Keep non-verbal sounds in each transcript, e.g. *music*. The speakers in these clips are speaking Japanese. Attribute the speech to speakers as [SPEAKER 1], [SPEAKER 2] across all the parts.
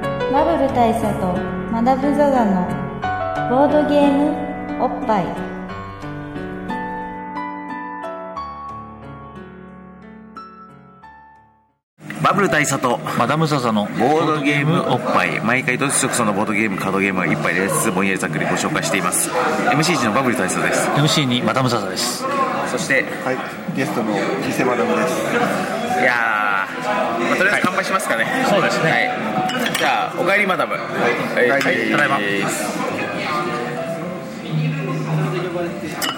[SPEAKER 1] 部大佐とマダブザザのボードゲームおっぱい
[SPEAKER 2] バブル大佐と
[SPEAKER 3] マダムササの
[SPEAKER 2] ボードゲームおっぱい毎回どつしょくそのボードゲームカードゲームは一杯ですぼんやりざっくりご紹介しています MC1 のバブル大佐です
[SPEAKER 3] MC にマダムササです
[SPEAKER 2] そして
[SPEAKER 4] はい、ゲストの伊勢マダムです。
[SPEAKER 2] いやー、まあ、とりあえず乾杯しますかね、
[SPEAKER 3] そうですね
[SPEAKER 2] はいじゃあおかえりマダムはい
[SPEAKER 4] おかえり
[SPEAKER 2] ただいま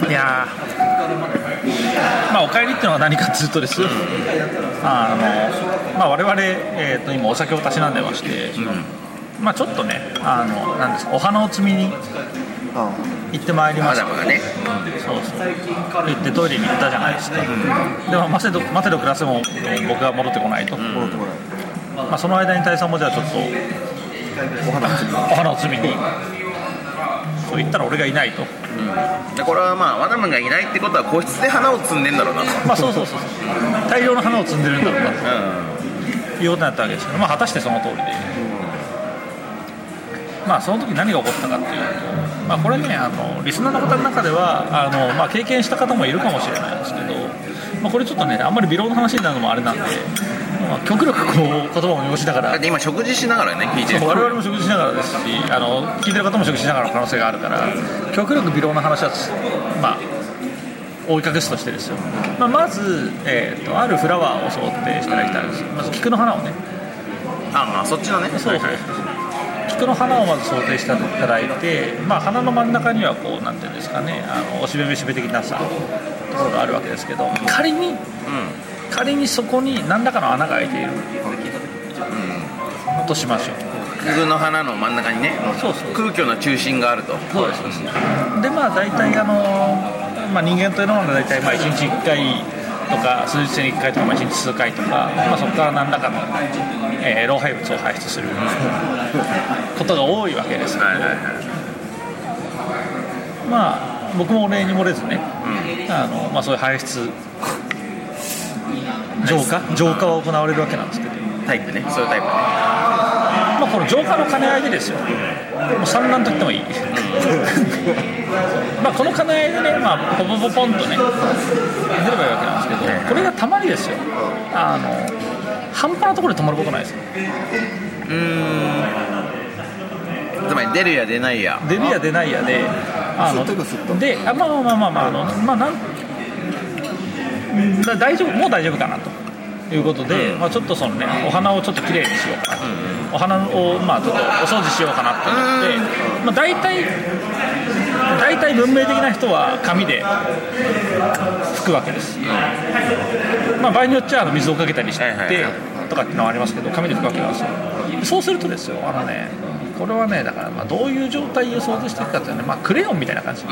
[SPEAKER 3] いやーまあお帰りっていうのは何かっていうとですよ、あのまあ我々、えー、と今お酒をたしなんでまして、まあちょっとねあのなんですかお花を摘みに
[SPEAKER 4] あ
[SPEAKER 3] 行ってまいりま
[SPEAKER 2] マ
[SPEAKER 3] し
[SPEAKER 2] ダ
[SPEAKER 3] た
[SPEAKER 2] ムがね
[SPEAKER 3] そうそう行ってトイレに行ったじゃないですか、でも待てど待てど暮らせも僕が戻ってこないと、
[SPEAKER 4] あ、戻ってこない。
[SPEAKER 3] まあ、その間に大佐もじゃあちょっと
[SPEAKER 4] お花摘み。
[SPEAKER 3] お花を摘みにそう言ったら俺がいないと
[SPEAKER 2] でこれはまあマダムがいないってことは個室で花を摘んでんだろうなと
[SPEAKER 3] まあそうそうそう大量の花を摘んでるんだろうなということになったわけですけど、まあ、果たしてその通りで、まあ、その時何が起こったかっていうと、まあ、これねあのリスナーの方の中ではあの、まあ、経験した方もいるかもしれないんですけど、まあ、これちょっとねあんまり微妙な話になるのもあれなんで、まあ、極力こう言葉を見越しなが
[SPEAKER 2] だっ
[SPEAKER 3] ら
[SPEAKER 2] て今食事しながらね聞いてる
[SPEAKER 3] 我々も食事しながらですしあの聞いてる方も食事しながらの可能性があるから極力微量な話はつ、まあ、追いかけすとしてですよ、まあ、まず、えーとあるフラワーを想定していただきたいんですまず菊の花をね
[SPEAKER 2] ああそっちのね
[SPEAKER 3] そうそう菊の花をまず想定していただいて、まあ、花の真ん中にはこうなんていうんですかねあのおしべべしべ的なさところがあるわけですけど仮に
[SPEAKER 2] う
[SPEAKER 3] 仮にそこに何らかの穴が開いている
[SPEAKER 2] んうん
[SPEAKER 3] としましょう
[SPEAKER 2] 菊の花の真ん中にね
[SPEAKER 3] そうそう
[SPEAKER 2] 空虚な中心があると
[SPEAKER 3] そうですそうですでまあ大体あの、まあ、人間というのは大体まあ1日1回とか数日に1回とか、まあ、1日数回とか、まあ、そこから何らかの、えー老廃物を排出することが多いわけですけど、
[SPEAKER 2] はいはいはい
[SPEAKER 3] まあ僕もお礼に漏れずねあの、まあ、そういう排出浄化浄化は行われるわけなんですけど、
[SPEAKER 2] タイプねそういうタイプね
[SPEAKER 3] まあ、この浄化の兼ね合いでですよ、もう産卵と言ってもい
[SPEAKER 4] *laughs*
[SPEAKER 3] い、まあこの兼ね合いでね、まあ、ポポポポンとね、出ればいいわけなんですけど、これがたまにですよ、あの半端なところで止まることないですよ、
[SPEAKER 2] うーんつまり出るや出ないや
[SPEAKER 3] 出るや出ないやで、あ
[SPEAKER 4] すっとくすっと
[SPEAKER 3] であまあまあまあまあ、まああのまあなんだ大丈夫、もう大丈夫かなと。いうことで、まあ、ちょっとそのね、お花をちょっときれいにしようかな、お花を、まあ、ちょっとお掃除しようかなと思って、まあ、大体大体文明的な人は紙で拭くわけです、まあ、場合によっちゃあの水をかけたりして
[SPEAKER 2] はいはいはい
[SPEAKER 3] とかっていうのはありますけど紙で拭くわけなんですよそうするとですよあのねこれはねだからまあどういう状態を想像していくかっていうのはね、まあ、クレヨンみたいな感じ、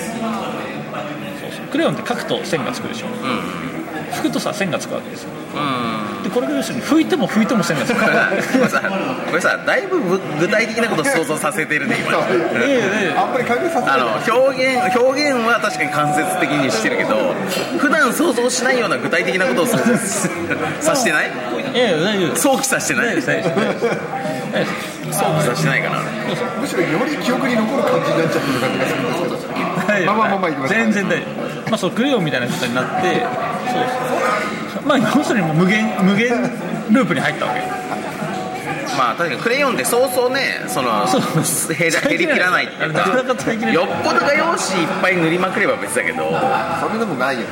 [SPEAKER 3] そうそうクレヨンって書くと線がつくでしょ、拭くとさ線がつくわけですよでこれが要するに拭いても拭いても線が
[SPEAKER 4] *laughs*
[SPEAKER 3] つく
[SPEAKER 2] これさこれさだいぶぶ具体的なことを想像させてるね今
[SPEAKER 3] ええええ
[SPEAKER 4] あんまり関係させない。
[SPEAKER 2] あの表現表現は確かに間接的にしてるけど普段想像しないような具体的なことを想像すさしてない
[SPEAKER 3] ええ大丈夫です
[SPEAKER 2] 想起さしてな
[SPEAKER 3] 大丈夫
[SPEAKER 2] い
[SPEAKER 3] です
[SPEAKER 2] 想
[SPEAKER 3] 大丈夫です大丈夫です
[SPEAKER 2] 起さしてないかな
[SPEAKER 4] むしろより記憶に残る感じになっちゃってる感じがするんですけど。
[SPEAKER 3] はい
[SPEAKER 4] まあまあまあまあ行きましょう
[SPEAKER 3] 全然大丈夫、まあ、そうクレヨンみたいなことになってそうそうまあ要するにもう無限無限ループに入ったわけよ
[SPEAKER 2] まあ確かにクレヨンってそうそうねその
[SPEAKER 3] そう
[SPEAKER 2] 減ら減りきらないっていうか
[SPEAKER 3] なかなか耐えきれない
[SPEAKER 2] よっぽど画用紙いっぱい塗りまくれば別だけど
[SPEAKER 4] それでもないよね。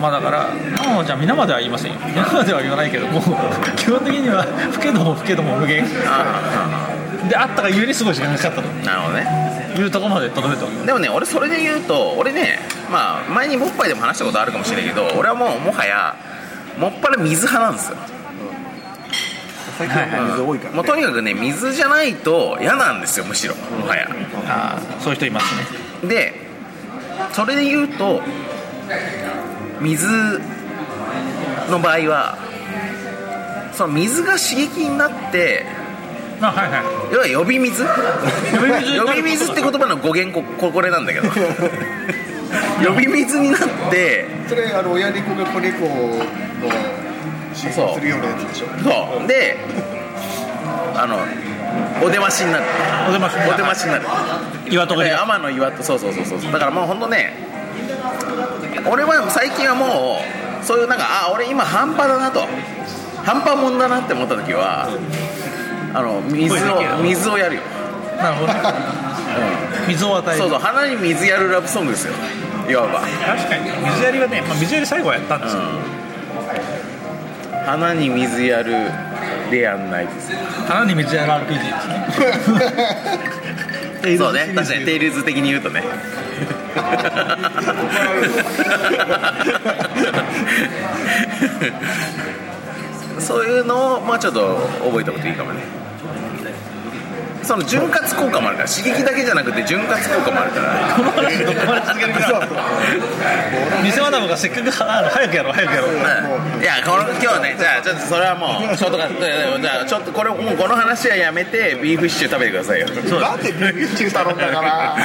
[SPEAKER 3] まあだからもうじゃあ皆までは言いませんよ皆までは言わないけどもう基本的には老けども老けども無限
[SPEAKER 2] あ
[SPEAKER 3] であったがゆえにすごい時間がかかったと
[SPEAKER 2] あなるほどね
[SPEAKER 3] いうところまでとどめたわけ
[SPEAKER 2] でもね俺それで言うと俺ねまあ前にもっぱいでも話したことあるかもしれないけど俺はもうもはやもっぱら水派なんですよ
[SPEAKER 4] 最近は水多いから、ね。
[SPEAKER 2] もうとにかくね水じゃないと嫌なんですよむしろもはや
[SPEAKER 3] ああそういう人いますね
[SPEAKER 2] でそれで言うと水の場合はその水が刺激になって
[SPEAKER 3] あはいはい
[SPEAKER 4] *laughs*
[SPEAKER 2] 要は呼び水
[SPEAKER 3] 呼び水になる
[SPEAKER 2] 呼び水って言葉の語源こここれなんだけど呼び水になって
[SPEAKER 4] それあの親猫が子猫の。信用するようなやつでしょ。
[SPEAKER 2] そうであのお出ましになる
[SPEAKER 3] お出まし
[SPEAKER 2] お出ましになる
[SPEAKER 3] 岩戸が
[SPEAKER 2] で
[SPEAKER 3] 開く
[SPEAKER 2] 天の岩とそうそうそうそうだからもう本当ね俺は最近はもうそういうなんかあ俺今半端だなと半端もんだなって思った時はあの水を水をやるよ、
[SPEAKER 3] なるほどね水を与える
[SPEAKER 2] そうそう花に水やるラブソングですよいわば
[SPEAKER 3] 確かに水やりはね、まあ、水やり最後はやったんですよ、
[SPEAKER 2] 花に水やるでやんないです
[SPEAKER 3] 花に水やる RPG ですね *laughs*
[SPEAKER 2] そうね確かにテイルズ的に言うとねそういうのをまあちょっと覚えておくといいかもねその潤滑効果もあるから刺激だけじゃなくて潤滑効果もあるから
[SPEAKER 3] この話どこまで続けるか店マダムがせっかくあの早くやろう早くやろう
[SPEAKER 2] うんいやこの今日はねじゃあちょっとそれはもうショートカットでじゃあちょっとこれもうこの話はやめてビーフシチュー食べてくださいよ
[SPEAKER 4] なんでビーフシチュー頼んだから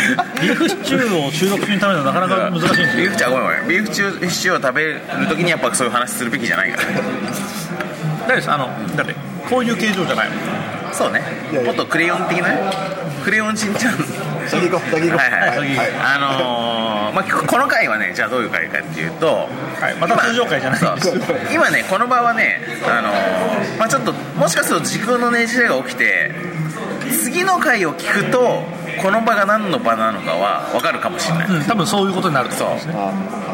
[SPEAKER 3] ビーフシチューを収録中に食べるのはなかなか難しいんです
[SPEAKER 2] ビー
[SPEAKER 3] よ
[SPEAKER 2] フチューごめんごめんビーフシチューシチューを食べる時にやっぱそういう話するべきじゃないから
[SPEAKER 3] *laughs* 大丈夫ですあのだってこういう形状じゃないもん
[SPEAKER 2] そうね
[SPEAKER 4] いやいや
[SPEAKER 2] もっとクレヨン的なねクレヨンしんちゃん
[SPEAKER 4] 先行こう先行こう
[SPEAKER 2] はいはい
[SPEAKER 3] はい先行こう
[SPEAKER 2] あのーまあ、この回はねじゃあどういう回かっていうと、
[SPEAKER 3] はいまた通常回じゃないんです
[SPEAKER 2] そう今ねこの場はね、あのーまあ、ちょっともしかすると時空のねじれが起きて次の回を聞くとこの場が何の場なのかは分かるかもしれない、
[SPEAKER 3] うん多分そういうことになると思うんですね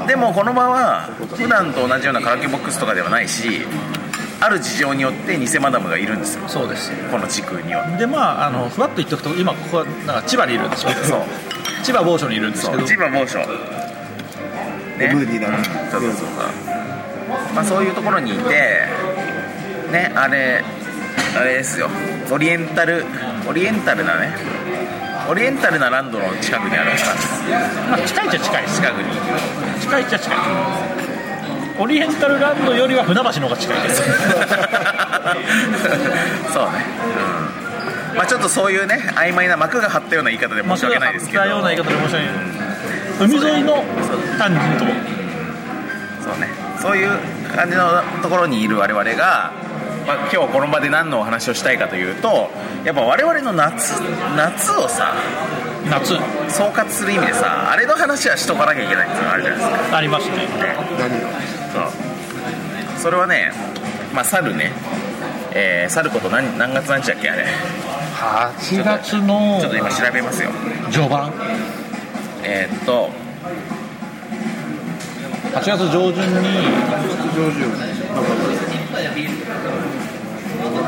[SPEAKER 2] でもこの場は普段と同じようなカラオケボックスとかではないしある事情によって偽マダムがいるんですよ
[SPEAKER 3] そうです
[SPEAKER 2] この時空には
[SPEAKER 3] でまああのふわっと言っておくと今ここはなんか千葉にいるんですよ
[SPEAKER 2] そう
[SPEAKER 3] 千葉某所にいるんです
[SPEAKER 2] そ
[SPEAKER 3] け
[SPEAKER 2] う
[SPEAKER 3] ど
[SPEAKER 2] 千葉某所ね
[SPEAKER 4] ムーディーなね
[SPEAKER 2] そうそうそうそうまあそういうところにいてねあれあれですよオリエンタルオリエンタルなねオリエンタルなランドの近くにあるんです
[SPEAKER 3] まあ近いっちゃ近いです
[SPEAKER 2] 近
[SPEAKER 4] *laughs*
[SPEAKER 2] くに
[SPEAKER 3] 近いっちゃ近いオリエンタルランドよりは船橋の方が近いです
[SPEAKER 2] そうね、うんまあ、ちょっとそういうね曖昧な幕が張ったような言い方で申し訳ないですけど
[SPEAKER 3] ような言い方で申し訳ない海沿いの単純と
[SPEAKER 2] そうねそういう感じのところにいる我々が、まあ、今日この場で何のお話をしたいかというとやっぱ我々の夏夏をさ
[SPEAKER 3] 夏
[SPEAKER 2] 総括する意味でさあれの話はしとかなきゃいけないっていうのがあるじゃないです
[SPEAKER 3] ありますね
[SPEAKER 2] か、ね、
[SPEAKER 4] 何を
[SPEAKER 2] そうそれはねまあ猿ねえー、猿こと何何月何日だっけあれ
[SPEAKER 3] 4月の
[SPEAKER 2] ちょっと今調べますよ
[SPEAKER 3] 序盤
[SPEAKER 2] えー、っと
[SPEAKER 3] 8月上旬に
[SPEAKER 4] 上旬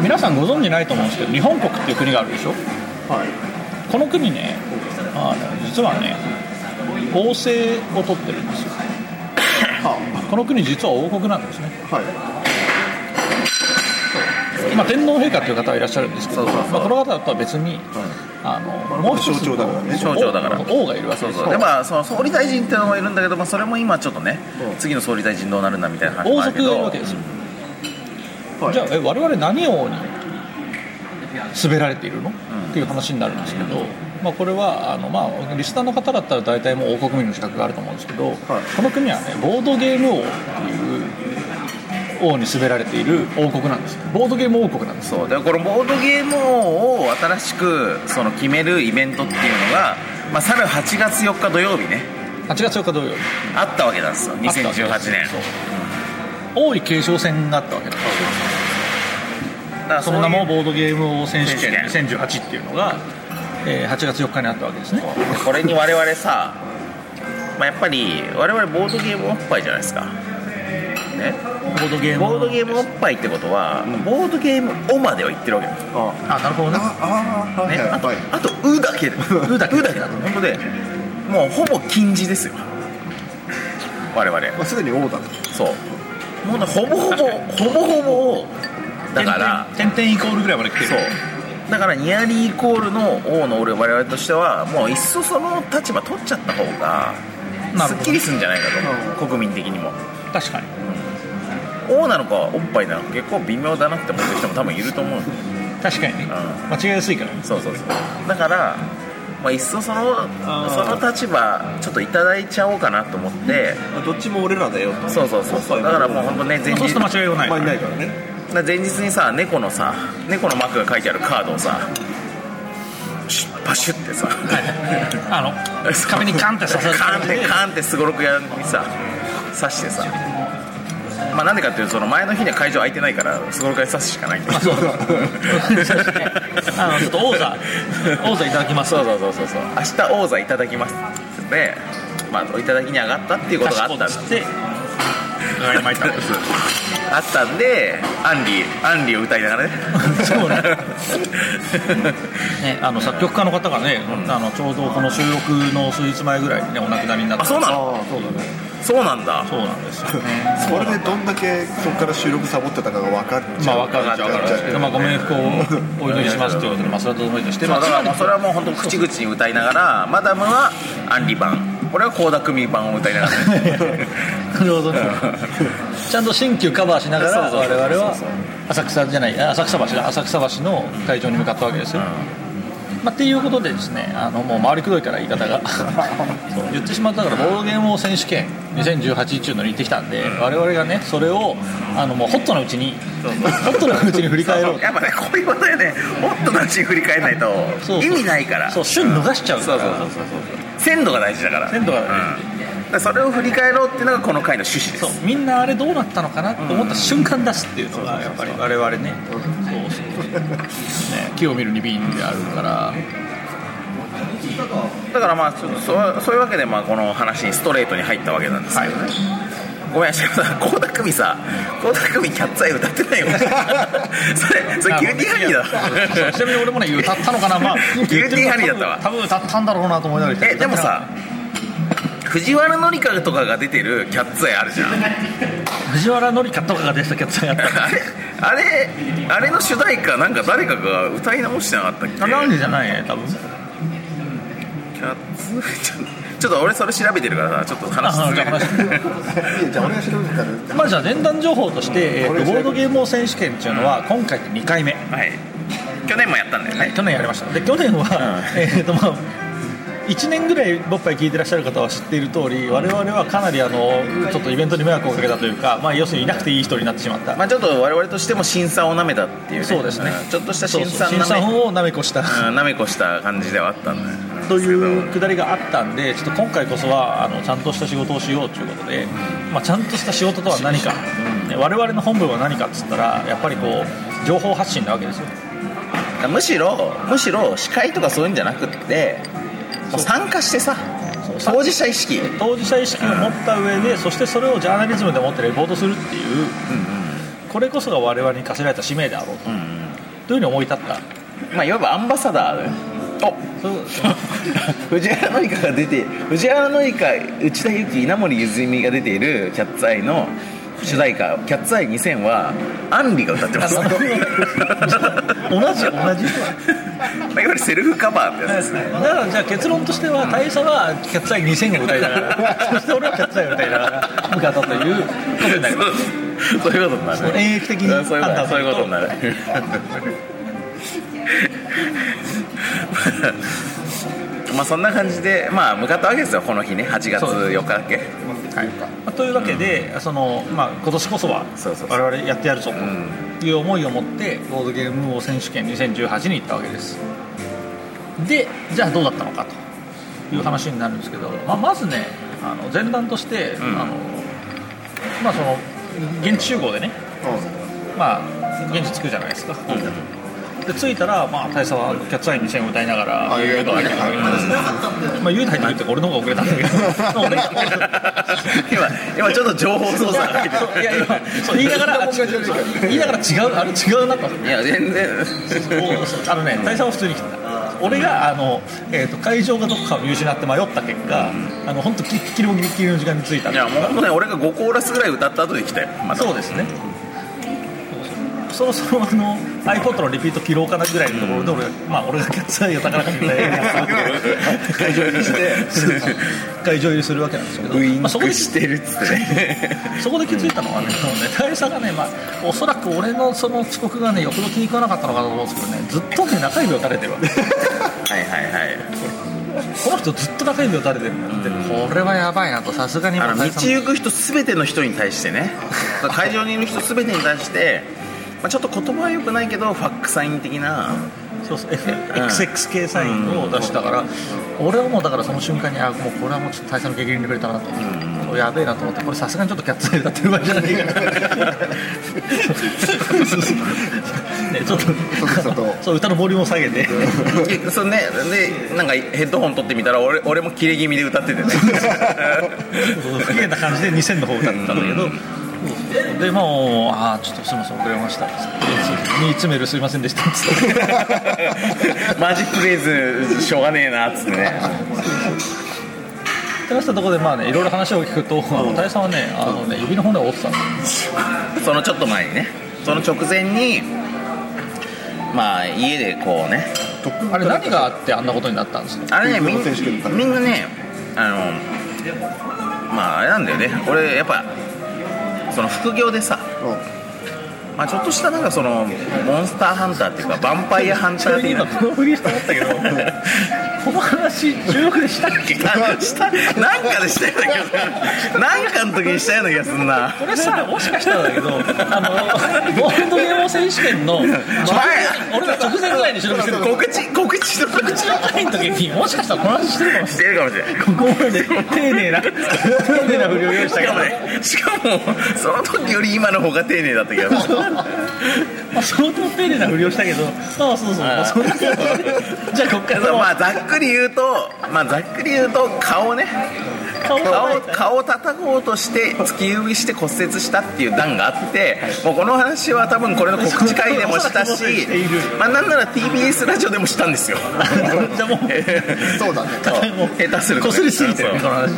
[SPEAKER 3] 皆さんご存じないと思うんですけど日本国っていう国があるでしょ
[SPEAKER 4] はい
[SPEAKER 3] この国ねあの実はね王政を取ってるんですよ
[SPEAKER 4] は
[SPEAKER 3] この国実は王国なんですね、
[SPEAKER 4] はい
[SPEAKER 3] まあ、天皇陛下という方はいらっしゃるんですけど
[SPEAKER 2] そうそうそう
[SPEAKER 3] まあ、この方とは別にあのもう一つ
[SPEAKER 4] 象徴だからね
[SPEAKER 2] 象徴だから
[SPEAKER 3] 王王がいるわけ
[SPEAKER 2] そう
[SPEAKER 3] です
[SPEAKER 2] そうでまあその総理大臣っていうのもいるんだけど、まあ、それも今ちょっとね次の総理大臣どうなるんだみたいな話も
[SPEAKER 3] 王
[SPEAKER 2] あるけ
[SPEAKER 3] 族がいる
[SPEAKER 2] ど
[SPEAKER 3] わけですよ
[SPEAKER 4] はい
[SPEAKER 3] じゃあえ我々何王に滑られているの、っていう話になるんですけど、まあ、これはあの、まあ、リスナーの方だったら大体もう王国民の資格があると思うんですけど、この国はねボードゲーム王っていう王に滑られている王国なんですよボードゲーム王国なんです
[SPEAKER 2] そうでこのボードゲーム王を新しくその決めるイベントっていうのが、まあ、去る8月4日土曜日ね
[SPEAKER 3] 8月4日土曜日
[SPEAKER 2] あったわけなんですよ
[SPEAKER 3] あったわけ
[SPEAKER 2] 2018
[SPEAKER 3] です
[SPEAKER 2] 年
[SPEAKER 3] そう王位継承戦があったわけなんですよ
[SPEAKER 2] だから
[SPEAKER 3] そ
[SPEAKER 2] そうい
[SPEAKER 3] の
[SPEAKER 2] う
[SPEAKER 3] 名もボードゲーム王選手権
[SPEAKER 2] 選
[SPEAKER 3] 2018っていうのが、えー8月4日にあったわけですね
[SPEAKER 2] これに我々さ、まあ、やっぱり我々ボードゲームおっぱいじゃないですかね
[SPEAKER 3] ボードゲーム
[SPEAKER 2] ボードゲームおっぱいってことは、ボードゲーム「お」までは言ってるわけです
[SPEAKER 4] あ
[SPEAKER 3] あなるほどね
[SPEAKER 4] ああはい
[SPEAKER 2] ね、
[SPEAKER 4] は
[SPEAKER 2] あ
[SPEAKER 4] い
[SPEAKER 2] と、
[SPEAKER 4] はい
[SPEAKER 2] あと「う」だ
[SPEAKER 3] *laughs*
[SPEAKER 2] けで「う」だけだと本当でもうほぼ禁止ですよ我々
[SPEAKER 4] まあすでに王だと
[SPEAKER 2] そうもうねほぼほぼほぼほぼだから
[SPEAKER 3] 点々イコールぐらいまで来てる
[SPEAKER 2] そうだからニアリーイコールの王の俺我々としてはもういっそその立場取っちゃった方が
[SPEAKER 3] な
[SPEAKER 2] す
[SPEAKER 3] るほ
[SPEAKER 2] っ
[SPEAKER 3] ど
[SPEAKER 2] きりするんじゃないか
[SPEAKER 4] なるほ
[SPEAKER 2] と国民的にも
[SPEAKER 3] 確かに
[SPEAKER 2] 王なのかおっぱいなのか結構微妙だなって思ってる人も多分いると思う
[SPEAKER 3] 確かにね、間違いやすいからね
[SPEAKER 2] そうそうそうだから、まあ、いっそそのそ
[SPEAKER 4] あー
[SPEAKER 2] の立場ちょっといただいちゃおうかなと思って
[SPEAKER 4] どっちも俺らだよと
[SPEAKER 2] そうそうそうそうだからもう本当ね
[SPEAKER 3] ま
[SPEAKER 2] 前
[SPEAKER 3] あそう
[SPEAKER 2] 日
[SPEAKER 3] すると間違いようない
[SPEAKER 4] まあいないからね
[SPEAKER 2] だから前日にさ猫のさ猫のマークが書いてあるカードをさシュッパシュッてさ
[SPEAKER 3] あの壁にカンって刺
[SPEAKER 2] *laughs*
[SPEAKER 3] さる
[SPEAKER 2] カンってカンってすごろく屋にさ刺してさまあなんでかっていうとその前の日には会場空いてないからすごろく屋に刺すしかないんだけど
[SPEAKER 3] あのちょっと
[SPEAKER 2] *laughs*
[SPEAKER 3] 王座王座いただきます
[SPEAKER 2] そうそうそうそうそう明日王座いただきますでまあおいただきに上がったっていうことがあったんです
[SPEAKER 3] *laughs* 賢いつって
[SPEAKER 2] あったんでアンリーアンリーを歌いなが
[SPEAKER 3] *laughs*
[SPEAKER 2] らね
[SPEAKER 3] そうねね、あの作曲家の方がね、あのちょうどこの収録の数日前ぐらいにねお亡くなりになった
[SPEAKER 2] あそうなの
[SPEAKER 4] ああそうだね
[SPEAKER 2] そうなんだ
[SPEAKER 3] そうなんですよ
[SPEAKER 4] それでどんだけそこから収録サボってたかが分かる
[SPEAKER 3] まあ分かるっちゃ分かるんですけど、まあ、ご冥福をお祈りしますということで、まあ、それはどうでもいいとして、
[SPEAKER 2] ま
[SPEAKER 3] まあ、
[SPEAKER 2] あ、だ
[SPEAKER 3] つ
[SPEAKER 2] から
[SPEAKER 3] まり
[SPEAKER 2] もうそれはもう本当口々に歌いながらマダムはアンリ版俺は倖田來未版を歌いながらね
[SPEAKER 3] *laughs* なるほどねちゃんと新旧カバーしながら
[SPEAKER 2] そうそう
[SPEAKER 3] 我
[SPEAKER 2] そう
[SPEAKER 3] 々
[SPEAKER 2] そう
[SPEAKER 3] は浅草じゃないあ浅草橋だ浅草橋の会場に向かったわけですよ、まあ、っていうことでですねあのもう回りくどいから言い方
[SPEAKER 2] *laughs*
[SPEAKER 3] がそう言ってしまったからボードゲーム王選手権2018っていうのに行ってきたんで、我々がねそれをあのもうホットなうちにホットなうちに振り返ろうと
[SPEAKER 2] やっぱねこういうことよねもっとなしに振り返らない
[SPEAKER 3] そう
[SPEAKER 2] と
[SPEAKER 3] そう
[SPEAKER 2] 意味ないから
[SPEAKER 3] そう旬逃しちゃうか
[SPEAKER 2] そう
[SPEAKER 3] ら
[SPEAKER 2] そうそうそう鮮度が大事だから
[SPEAKER 3] 鮮度が大
[SPEAKER 2] うんだからそれを振り返ろうっていうのがこの回の趣旨です
[SPEAKER 3] そうみんなあれどうなったのかなと思った瞬間出すっていうのがやっぱり我々ねそうそうね木を見るに瓶であるから
[SPEAKER 2] だからまあそそそういうわけでまあこの話にストレートに入ったわけなんですけどね、ごめんしかもさ *laughs* 倖田來未さ倖田來未キャッツアイ歌って
[SPEAKER 3] *laughs*
[SPEAKER 2] ないよそれそれギルティーハニー
[SPEAKER 3] そう
[SPEAKER 2] だ
[SPEAKER 3] ちなみに俺もね歌ったのか *laughs* なまあ
[SPEAKER 2] ギルティーハニーだったわ
[SPEAKER 3] 多分多分歌ったんだろうなと思いながら
[SPEAKER 2] えでもさ藤原紀香とかが出てるキャッツアイあるじゃ *laughs* ん
[SPEAKER 3] 藤原紀香とかが出したキャッツアイやった
[SPEAKER 2] あれあれあれの主題歌なんか誰かが歌い直してなかったっけキ
[SPEAKER 3] *laughs* あ
[SPEAKER 2] ャ
[SPEAKER 3] な
[SPEAKER 2] ッ
[SPEAKER 3] んでじゃないね多分
[SPEAKER 2] ツちょちょっと俺それ調べてるからさちょっと話し
[SPEAKER 3] あ
[SPEAKER 2] 続け
[SPEAKER 3] じゃ
[SPEAKER 2] る
[SPEAKER 3] あ話
[SPEAKER 4] いやじゃあ俺が調べてたら
[SPEAKER 3] まあじゃあ前段情報として、えー
[SPEAKER 4] これ
[SPEAKER 3] とボードゲーム王選手権っていうのは今回で2回目
[SPEAKER 2] はい去年もやったんだよね、
[SPEAKER 3] 去年やりましたで去年は、 *laughs* えーとまあ、1年ぐらいボッパイ聞いてらっしゃる方は知っている通り我々はかなりあのちょっとイベントに迷惑をかけたというか、まあ、要するにいなくていい人になってしまった、
[SPEAKER 2] まあ、ちょっと我々としても新さをなめたっていう、ね、
[SPEAKER 3] そうですね
[SPEAKER 2] んちょっとした新さ
[SPEAKER 3] そうそう新
[SPEAKER 2] なめ
[SPEAKER 3] 参をなめこした
[SPEAKER 2] うんなめこした感じではあったんだよね
[SPEAKER 3] というくだりがあったんでちょっと今回こそはあのちゃんとした仕事をしようということで、まあ、ちゃんとした仕事とは何か、ね我々の本分は何かっつったらやっぱりこう情報発信なわけですよ
[SPEAKER 2] むしろむしろ司会とかそういうんじゃなくってもう参加してさ
[SPEAKER 3] そう
[SPEAKER 2] 当事者意識
[SPEAKER 3] 当事者意識を持った上で、そしてそれをジャーナリズムでもってレポートするっていう、これこそが我々に課せられた使命であろうと,、というふうに思い立った
[SPEAKER 2] まあいわばアンバサダーだよお
[SPEAKER 3] そう
[SPEAKER 2] *laughs*
[SPEAKER 3] *laughs*
[SPEAKER 2] 藤原紀香が出て藤原紀香内田有紀稲森ゆずみが出ているキャッツアイの主題歌「キャッツアイ2000」はアンリが歌ってますいわ
[SPEAKER 3] 同じ同じ
[SPEAKER 2] ゆるセルフカバーってやつです
[SPEAKER 3] だからじゃあ結論としては大佐はキャッツアイ2000が歌いながらそして俺はキャッツアイを歌いながら向かったということになります
[SPEAKER 2] そういうことになるね
[SPEAKER 3] 演劇的に
[SPEAKER 2] そういう
[SPEAKER 3] 判
[SPEAKER 2] こと
[SPEAKER 3] 断す
[SPEAKER 2] そう
[SPEAKER 3] る
[SPEAKER 2] いうことになる *laughs* まあそんな感じで、まあ、向かったわけですよこの日ね8月
[SPEAKER 3] そう
[SPEAKER 2] 4日だっけ
[SPEAKER 3] まあというわけで、そのまあ、今年こそは
[SPEAKER 2] そうそうそう
[SPEAKER 3] 我々やってやるぞ
[SPEAKER 2] ん
[SPEAKER 3] という思いを持ってボードゲーム王選手権2018に行ったわけですでじゃあどうだったのかという話になるんですけど、まあ、まずねあの前段として、
[SPEAKER 2] ん
[SPEAKER 3] あのまあ、その現地集合でね、まあ、現地着くじゃないですか、で着いたら、まあ、大佐はキャッツアイ2000を歌いながら
[SPEAKER 4] あいやいやいやいや
[SPEAKER 2] *laughs*
[SPEAKER 3] まあ、言うたいって言って俺の方が遅れたんだけど俺が
[SPEAKER 2] *laughs* 今今ちょっと情報操作が入ってる
[SPEAKER 3] いや今そう言いなが *laughs* らそう言いながら違うあれ違うなと
[SPEAKER 2] いや全然
[SPEAKER 3] おそうあのね大佐は普通に来てた俺があの、えー、と会場がどこかを見失って迷った結果あの本当ギリギリギリギリの時間に着いた
[SPEAKER 2] いやもう本当ね俺が5コーラスぐらい歌った後に来たよ、まだ
[SPEAKER 3] そうですねそろそろあの iPod のリピート切ろうかなぐらいのところで俺が,、まあ、俺がキャッツアイを高ら *laughs* かに歌いながら
[SPEAKER 2] 会場入り
[SPEAKER 3] *laughs*
[SPEAKER 2] して
[SPEAKER 3] 会場入りするわけなんですけど、
[SPEAKER 2] ウイン
[SPEAKER 3] まあ、そこで
[SPEAKER 2] クしてるっつってね
[SPEAKER 3] そこで気づいたのはね、そのね大佐がね、まあ、おそらく俺のその遅刻がね、よほど気に食わなかったのかと思うんですけどね、ずっとね、中指を垂れてるわけ、
[SPEAKER 2] はいはいはい
[SPEAKER 3] この人、ずっと中指を垂れてるんだって、これはやばいなと、さすがにも
[SPEAKER 2] あ
[SPEAKER 3] う
[SPEAKER 2] の道
[SPEAKER 3] 大佐
[SPEAKER 2] *laughs*
[SPEAKER 3] の
[SPEAKER 2] 行く人全ての人に対してね会場にいる人全てに対してまあ、ちょっと言葉はよくないけどファックサイン的 *laughs* な
[SPEAKER 3] そうそう FXK サインを出したから、俺はもうだからその瞬間にあもうこれはもうちょっと大佐の激励レベル高だと、これやべえなと思ってこれさすがにちょっとキャッツアイだってる場合じゃないからねちょっ
[SPEAKER 4] そうそうそう
[SPEAKER 3] とそう歌のボリュームを下げて
[SPEAKER 2] いそうねでなんかヘッドホン取ってみたら俺俺もキレ気味で歌っててね *laughs*
[SPEAKER 3] 不機嫌な感じで2000の方を歌ってたんだけど、でもうああちょっとすみません遅れました」に詰めるすみませんでした」っつって
[SPEAKER 2] マジックフレーズしょうがねえなっつってね
[SPEAKER 3] 話したところでまあねいろいろ話を聞くと、あの大佐はねあのね指の骨を折ってたんです
[SPEAKER 2] そのちょっと前にねその直前にまあ家でこうね
[SPEAKER 4] トップ
[SPEAKER 3] あれ何があってあんなことになったんですか
[SPEAKER 2] あれねみん
[SPEAKER 4] 選手権か
[SPEAKER 2] みんなねあのまああれなんだよね俺やっぱその副業でさ、
[SPEAKER 4] う
[SPEAKER 2] まあ、ちょっとしたなんかそのモンスターハンターっていうかヴァンパイアハンター的
[SPEAKER 3] 今
[SPEAKER 2] *laughs* な
[SPEAKER 3] プロフリーしたかったけど *laughs* この話収録でしたっけ
[SPEAKER 2] したなんかでしたような気がするなんかの時にしたような気がするな
[SPEAKER 3] これさもしかしたらだけどあのボードゲーム選手権 *laughs* の前俺が直前ぐらいに収録してる
[SPEAKER 2] 告知告知の告知
[SPEAKER 3] 知らない時にもしかしたらこの話してるかもし
[SPEAKER 2] してるかもしれない
[SPEAKER 3] れないここまで丁寧な丁寧な振りを用意し
[SPEAKER 2] した
[SPEAKER 3] け
[SPEAKER 2] か
[SPEAKER 3] ど
[SPEAKER 2] もねしかもその時より今の方が丁寧だった気がする
[SPEAKER 3] *laughs* まあ相当丁寧な振りをしたけどああそうそう
[SPEAKER 2] ああ
[SPEAKER 3] そうじゃあこっから
[SPEAKER 2] そうまあざっくり言うと、まあ、ざっくり言うと顔ね
[SPEAKER 3] 顔
[SPEAKER 2] 顔
[SPEAKER 3] を
[SPEAKER 2] 顔を叩こうとして突き指して骨折したっていう段があってもうこの話は多分これの告知会でもしたし
[SPEAKER 3] そうそうそう
[SPEAKER 2] まあなんなら TBS ラジオでもしたんですよ
[SPEAKER 3] じゃあもう
[SPEAKER 4] んそうだね
[SPEAKER 2] そう
[SPEAKER 3] もう
[SPEAKER 2] 下手すると
[SPEAKER 3] こすりすぎてるねこの
[SPEAKER 2] そ
[SPEAKER 3] 話
[SPEAKER 2] う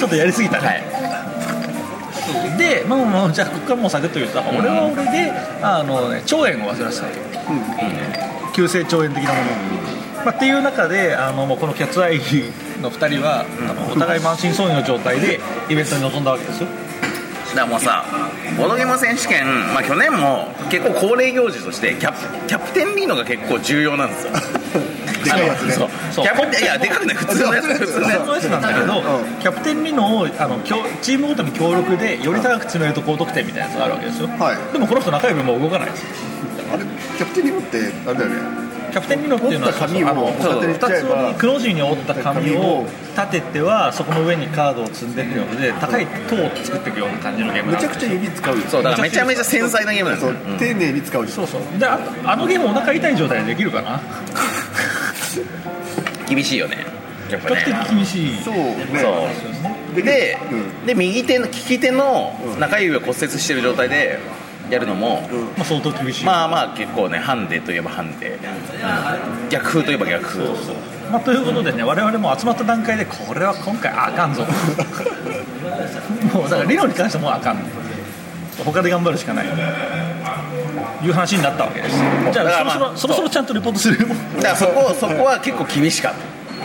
[SPEAKER 3] ちょっとやりすぎたね、でまあまあまあじゃあここからもうサクッと言うと俺は俺であの、ね、腸炎を患ってたわけ、急性腸炎的なもの、まあ、っていう中であのもうこのキャッツアイの2人は、あのお互い満身創痍の状態でイベントに臨んだわけですよ
[SPEAKER 2] だからもうさボードゲーム選手権、まあ、去年も結構恒例行事としてキャプキャプテンビーノが結構重要なんですよ
[SPEAKER 4] でかいやつね
[SPEAKER 3] そうそう
[SPEAKER 2] キャプテンいやでかくない普通のやつ普通のやつ
[SPEAKER 3] そうなんだけど、
[SPEAKER 4] うん
[SPEAKER 3] キャプテンミノをあのきょチームごとに協力でより高く詰めると高得点みたいなやつがあるわけですよ、
[SPEAKER 4] はい
[SPEAKER 3] でもこの人中指も動かないです
[SPEAKER 4] あれキャプテンリムってあれだよね
[SPEAKER 3] キャプテンミノっていうのは
[SPEAKER 4] 折った紙を
[SPEAKER 3] あの
[SPEAKER 4] 片手に
[SPEAKER 3] 二
[SPEAKER 4] しちゃえば
[SPEAKER 3] つにくの字に折った紙を立ててはそこの上にカードを積んでいくようで高い塔を作っていくような感じのゲーム
[SPEAKER 4] む
[SPEAKER 3] なん
[SPEAKER 4] ち
[SPEAKER 3] で
[SPEAKER 4] ゃ
[SPEAKER 3] す
[SPEAKER 4] くちゃ指使うよ
[SPEAKER 2] そうだからめちゃめちゃ繊細なゲームなんです
[SPEAKER 4] そ
[SPEAKER 2] よ
[SPEAKER 4] う丁寧に使うよ
[SPEAKER 3] そうそうでああのゲームお腹痛い状態でできるかな
[SPEAKER 2] 厳しいよねやっ
[SPEAKER 3] 比
[SPEAKER 2] ぱ
[SPEAKER 3] 較
[SPEAKER 2] ね
[SPEAKER 3] 的厳しい
[SPEAKER 4] そ
[SPEAKER 2] そう
[SPEAKER 4] うね
[SPEAKER 2] で、
[SPEAKER 4] う
[SPEAKER 2] で右手の利き手の
[SPEAKER 4] うん
[SPEAKER 2] 中指を骨折してる状態でやるのも、
[SPEAKER 3] まあ、相当厳しい、まあ
[SPEAKER 2] まあまあ結構ねハンデといえばハンデ、逆風といえば逆風
[SPEAKER 3] ということでね我々も集まった段階でこれは今回あかんぞもうだから理論に関してはもうあかん他で頑張るしかないいう話になったわけですじ
[SPEAKER 2] だか
[SPEAKER 3] ゃあ
[SPEAKER 2] らまあ
[SPEAKER 3] そろそろそろそろちゃんとレポートするよ
[SPEAKER 2] だからそこそこは結構厳しかっ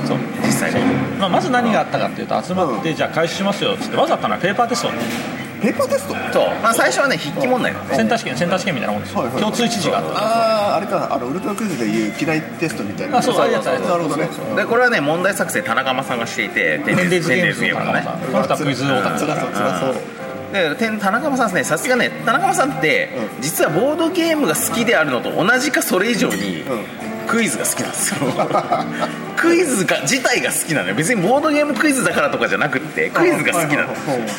[SPEAKER 3] そう
[SPEAKER 2] た実際に
[SPEAKER 3] まあ、まず何があったかっていうと集まってじゃあ開始しますよっつってわざあったのはペーパーテスト
[SPEAKER 4] ペーパーテスト
[SPEAKER 2] そう、まあ、最初はね筆記問題だった
[SPEAKER 3] センター試験センター試験みたいなもんですよ
[SPEAKER 4] はいはい
[SPEAKER 3] 共通一次があ
[SPEAKER 4] *laughs*
[SPEAKER 3] った
[SPEAKER 4] あああれかあのウルトラクイズでいう機内テストみたいな
[SPEAKER 3] あそうああいうやつああいうやつ
[SPEAKER 4] なるほどね
[SPEAKER 2] でこれはね問題作成田中間さんがしていて「テ
[SPEAKER 3] 年齢ズゲームズ
[SPEAKER 2] ゲーム
[SPEAKER 3] の田
[SPEAKER 2] の
[SPEAKER 3] 中
[SPEAKER 2] ね
[SPEAKER 3] さんこの人はクイズオタク
[SPEAKER 4] つらそうつらそう
[SPEAKER 2] でてん田中間さんですねさすがね田中間さんって、
[SPEAKER 4] うん
[SPEAKER 2] 実はボードゲームが好きであるのと同じかそれ以上に、
[SPEAKER 4] うん
[SPEAKER 2] クイズが好きなんですよクイズが自体が好きなのよ別にボードゲームクイズだからとかじゃなくってクイズが好きなの
[SPEAKER 4] へ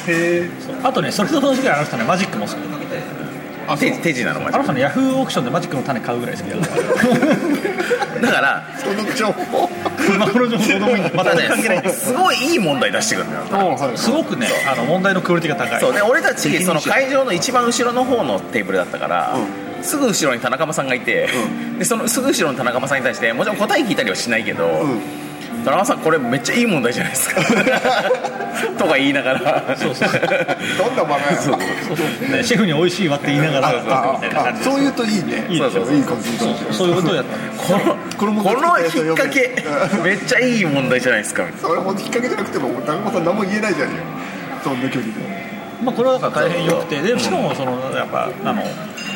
[SPEAKER 4] え
[SPEAKER 3] あとねそれと同時ぐらいあの人ねマジックも好き
[SPEAKER 4] あ
[SPEAKER 2] 手手品のマジ
[SPEAKER 3] あの人ねヤフーオークションでマジックの種買うぐらい好きだ
[SPEAKER 4] *laughs*
[SPEAKER 2] だか
[SPEAKER 3] から
[SPEAKER 2] ら
[SPEAKER 4] その情報
[SPEAKER 3] まあこの情報どうでもいいんだ
[SPEAKER 2] ま
[SPEAKER 3] また
[SPEAKER 2] た
[SPEAKER 3] ね関係ないん
[SPEAKER 2] ね
[SPEAKER 3] です
[SPEAKER 2] すごいいい問題出してくるんだよ
[SPEAKER 3] すごくねあの問題のクオリティが高い
[SPEAKER 2] そうね俺たちその会場の一番後ろの方のテーブルだったから、すぐ後ろに田中間さんがいて、でそのすぐ後ろの田中間さんに対してもちろん答え聞いたりはしないけど、
[SPEAKER 4] ん
[SPEAKER 2] 田中間さんこれめっちゃいい問題じゃないです
[SPEAKER 3] *laughs*
[SPEAKER 2] かとか言いながら
[SPEAKER 3] そうそう
[SPEAKER 4] どんな場面そう
[SPEAKER 3] そうそうねシェフに美味しいわって言いながら
[SPEAKER 4] あ
[SPEAKER 3] みたいな感じ
[SPEAKER 4] そういうといいね
[SPEAKER 3] いいでし
[SPEAKER 2] ょ
[SPEAKER 4] いい感じ
[SPEAKER 3] そうそういうことをやった
[SPEAKER 2] この *laughs* こ
[SPEAKER 4] この
[SPEAKER 2] の
[SPEAKER 4] 問題
[SPEAKER 2] 引っ掛けめっちゃいい問題じゃないですかみたい
[SPEAKER 4] それ本当引っ掛けじゃなくても田中さん何も言えないじゃんよそんな距離で
[SPEAKER 3] まあ、これはだから大変良くてでしかもそのやっぱあのだか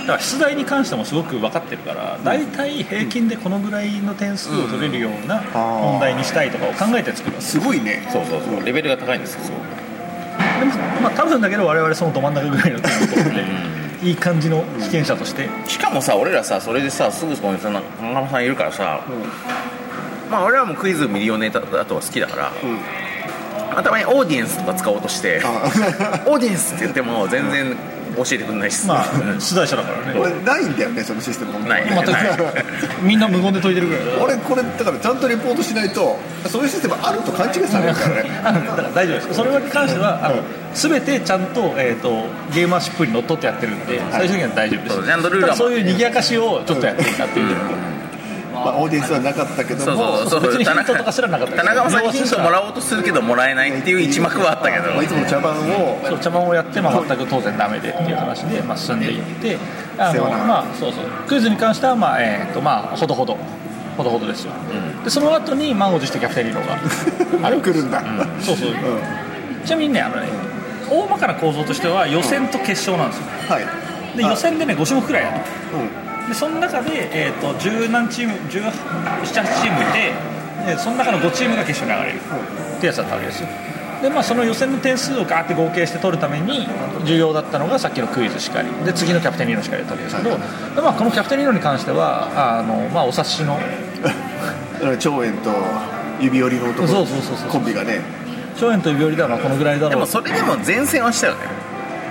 [SPEAKER 3] ら出題に関してもすごく分かってるから大体平均でこのぐらいの点数を取れるような問題にしたいとかを考えて作るんです
[SPEAKER 4] すごいね
[SPEAKER 2] なそうそうそうレベルが高いんですよ
[SPEAKER 3] でも、まあ、多分だけど我々そのど真ん中ぐらいの点数を取っていい感じの被験者として、
[SPEAKER 2] しかもさ俺らさそれでさすぐそこにさな中村さんいるからさ、まあ俺らもクイズミリオネーターだとは好きだから、頭にオーディエンスとか使おうとして
[SPEAKER 4] あ
[SPEAKER 2] オーディエンスって言っても全然教えてくれないしさ、
[SPEAKER 3] まあ取材者だからね
[SPEAKER 4] 俺ないんだよねそのシステム本当に
[SPEAKER 2] ない
[SPEAKER 3] 全くないみんな無言で解いてるぐらい
[SPEAKER 4] 俺これだからちゃんとレポートしないとそういうシステムあると勘違いされるからね
[SPEAKER 3] あのだから大丈夫ですそれに関してはあの全てちゃんと,、えー、とゲームマーシップにのっとってやってるんで最終的には大丈夫で
[SPEAKER 2] そう
[SPEAKER 3] す
[SPEAKER 2] ちゃんとルールは
[SPEAKER 3] ただそういう賑やかしをちょっとやってるなっていう、
[SPEAKER 4] まあ、オーディエンスはなかったけども
[SPEAKER 2] そうそうそう
[SPEAKER 3] 別にヒントとかすらなかったです
[SPEAKER 2] 田中さんにヒントもらおうとするけどもらえないっていう一幕はあったけ
[SPEAKER 4] まあ、い
[SPEAKER 2] ど
[SPEAKER 4] つもの茶番を
[SPEAKER 3] そう茶番をやって、まあ、全く当然ダメでっていう話で、まあ、進んでいってあ
[SPEAKER 4] 世
[SPEAKER 3] の、
[SPEAKER 4] 話な
[SPEAKER 3] まあ、そうそうクイズに関しては、まあえーとまあ、ほどほどほどほどですよ、でその後に満を持してキャプテンリロー
[SPEAKER 4] *laughs*
[SPEAKER 3] がある
[SPEAKER 4] 来るんだ、
[SPEAKER 3] そうそう、
[SPEAKER 4] うん
[SPEAKER 3] ちなみにねあのね大まかな構造としては予選と決勝なんですよ
[SPEAKER 4] はい
[SPEAKER 3] で
[SPEAKER 4] あ
[SPEAKER 3] 予選でね5種目くらいやる
[SPEAKER 4] うん
[SPEAKER 3] でその中で、えー、と十何チーム17チームいてでその中の5チームが決勝に上がれるってやつだったわけですよでまあその予選の点数をガーって合計して取るために重要だったのがさっきのクイズしかりで次のキャプテンリーノしかりだったわけですけどで、まあ、このキャプテンリーノに関してはあの、まあ、お察しの
[SPEAKER 4] だから長円と指折りの男
[SPEAKER 3] そうそうそうそう
[SPEAKER 4] コンビがね
[SPEAKER 3] 長円と指折りではまあこのぐらいだ
[SPEAKER 2] で
[SPEAKER 3] ろ
[SPEAKER 2] も
[SPEAKER 3] う
[SPEAKER 2] それでも前線はしたよね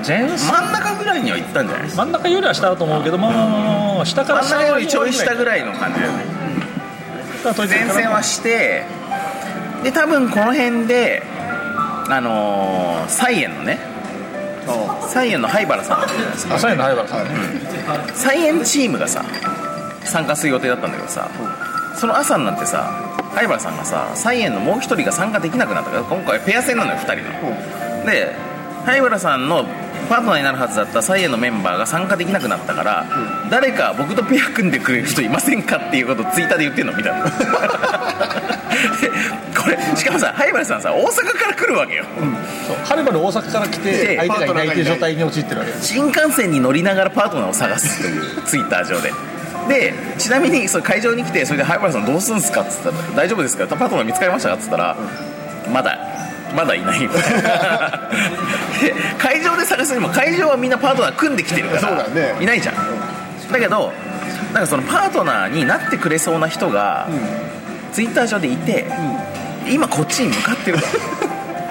[SPEAKER 3] 全
[SPEAKER 2] 真ん中ぐらいには行ったんじゃない
[SPEAKER 3] 真ん中よりは下だと思うけど、まあまあまあまあまあ、下か
[SPEAKER 2] 真
[SPEAKER 3] ら
[SPEAKER 2] ん中よりちょい下ぐ
[SPEAKER 3] い
[SPEAKER 2] らいの感じだよね
[SPEAKER 3] だから
[SPEAKER 2] 前線はしてで多分この辺であのー、サイエンのね
[SPEAKER 4] あ
[SPEAKER 2] サイエンの灰原さん
[SPEAKER 3] あ左右の灰原さん
[SPEAKER 4] はい
[SPEAKER 2] サイエンチームがさ参加する予定だったんだけどさその朝になってさ灰原さんがさサイエンのもう一人が参加できなくなったから今回ペア戦なのよ2人ので灰原さんのパートナーになるはずだったサイエンのメンバーが参加できなくなったから、誰か僕とペア組んでくれる人いませんかっていうことをツイッターで言ってんのみたいなでこれしかもさ灰原さんさ大阪から来るわけよ
[SPEAKER 3] そうはるばる大阪から来
[SPEAKER 2] で
[SPEAKER 3] て相手がいないっていう
[SPEAKER 4] パートナーがいない
[SPEAKER 3] 状態に陥ってるわけです
[SPEAKER 2] 新幹線に乗りながらパートナーを探すというツイッター上ででちなみにそれ会場に来てそれで「灰原さんどうすんすか?」っつったら「大丈夫ですか?」パートナー見つかりましたか?」っつったら「まだまだいない」みたいなで会場で探すにも会場はみんなパートナー組んできてるから
[SPEAKER 4] そうだね
[SPEAKER 2] いないじゃんだけどなんかそのパートナーになってくれそうな人が、ツイッター上でいて、今こっちに向かってると。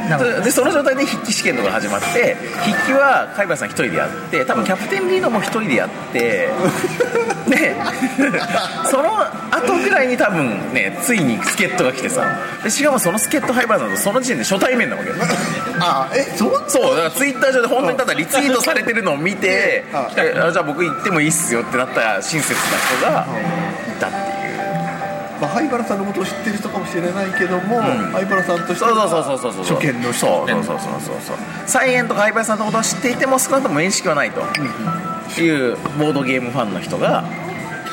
[SPEAKER 3] なるほ
[SPEAKER 2] そでその状態で筆記試験とか始まって筆記は海馬さん一人でやって多分キャプテンリーノも一人でやっ
[SPEAKER 3] *laughs*
[SPEAKER 2] てでその後ぐらいに多分ねついに助っ人が来てさでしかもその助っ人灰原さんとその時点で初対面なわけよ
[SPEAKER 4] あえそう
[SPEAKER 2] そうだからツイッター上で本当にただリツイートされてるのを見て
[SPEAKER 4] あ
[SPEAKER 2] であじゃあ僕行ってもいいっすよってなった親切な人がいたっていう
[SPEAKER 4] まあ、灰原さんのことを知ってる人かもしれないけども、灰原さんとして
[SPEAKER 2] そう
[SPEAKER 4] は
[SPEAKER 2] そうそうそうそうそう
[SPEAKER 4] 初見の人
[SPEAKER 2] そうそうそうそうそうサイエンとかハイバイさんのことを知っていても少なくとも面識はないというボードゲームファンの人が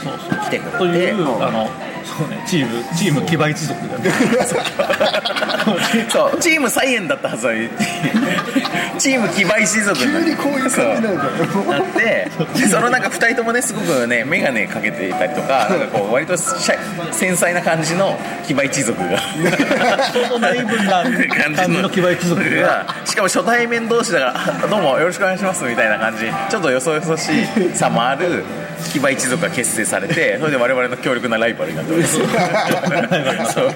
[SPEAKER 3] そうそう
[SPEAKER 2] 来てくれて
[SPEAKER 3] といううんあのそうねチームチーム騎馬一族がね
[SPEAKER 2] *laughs* そうチームサイエンだったはずなのにチーム騎馬石族にな
[SPEAKER 4] 急
[SPEAKER 2] っ
[SPEAKER 4] にこういう感じなんだよ
[SPEAKER 2] なってでそのなんか2人ともねすごくね眼鏡かけていたりとかなんかこう割とシャイ繊細な感じの騎馬一族が
[SPEAKER 3] 相当ナイーブな感じの騎馬一族が
[SPEAKER 2] しかも初対面同士だからあ「どうもよろしくお願いします」みたいな感じちょっとよそよそしいさもある騎馬一族が結成されてそれで我々の強力なライバルになっております
[SPEAKER 3] *laughs*
[SPEAKER 2] *laughs* そう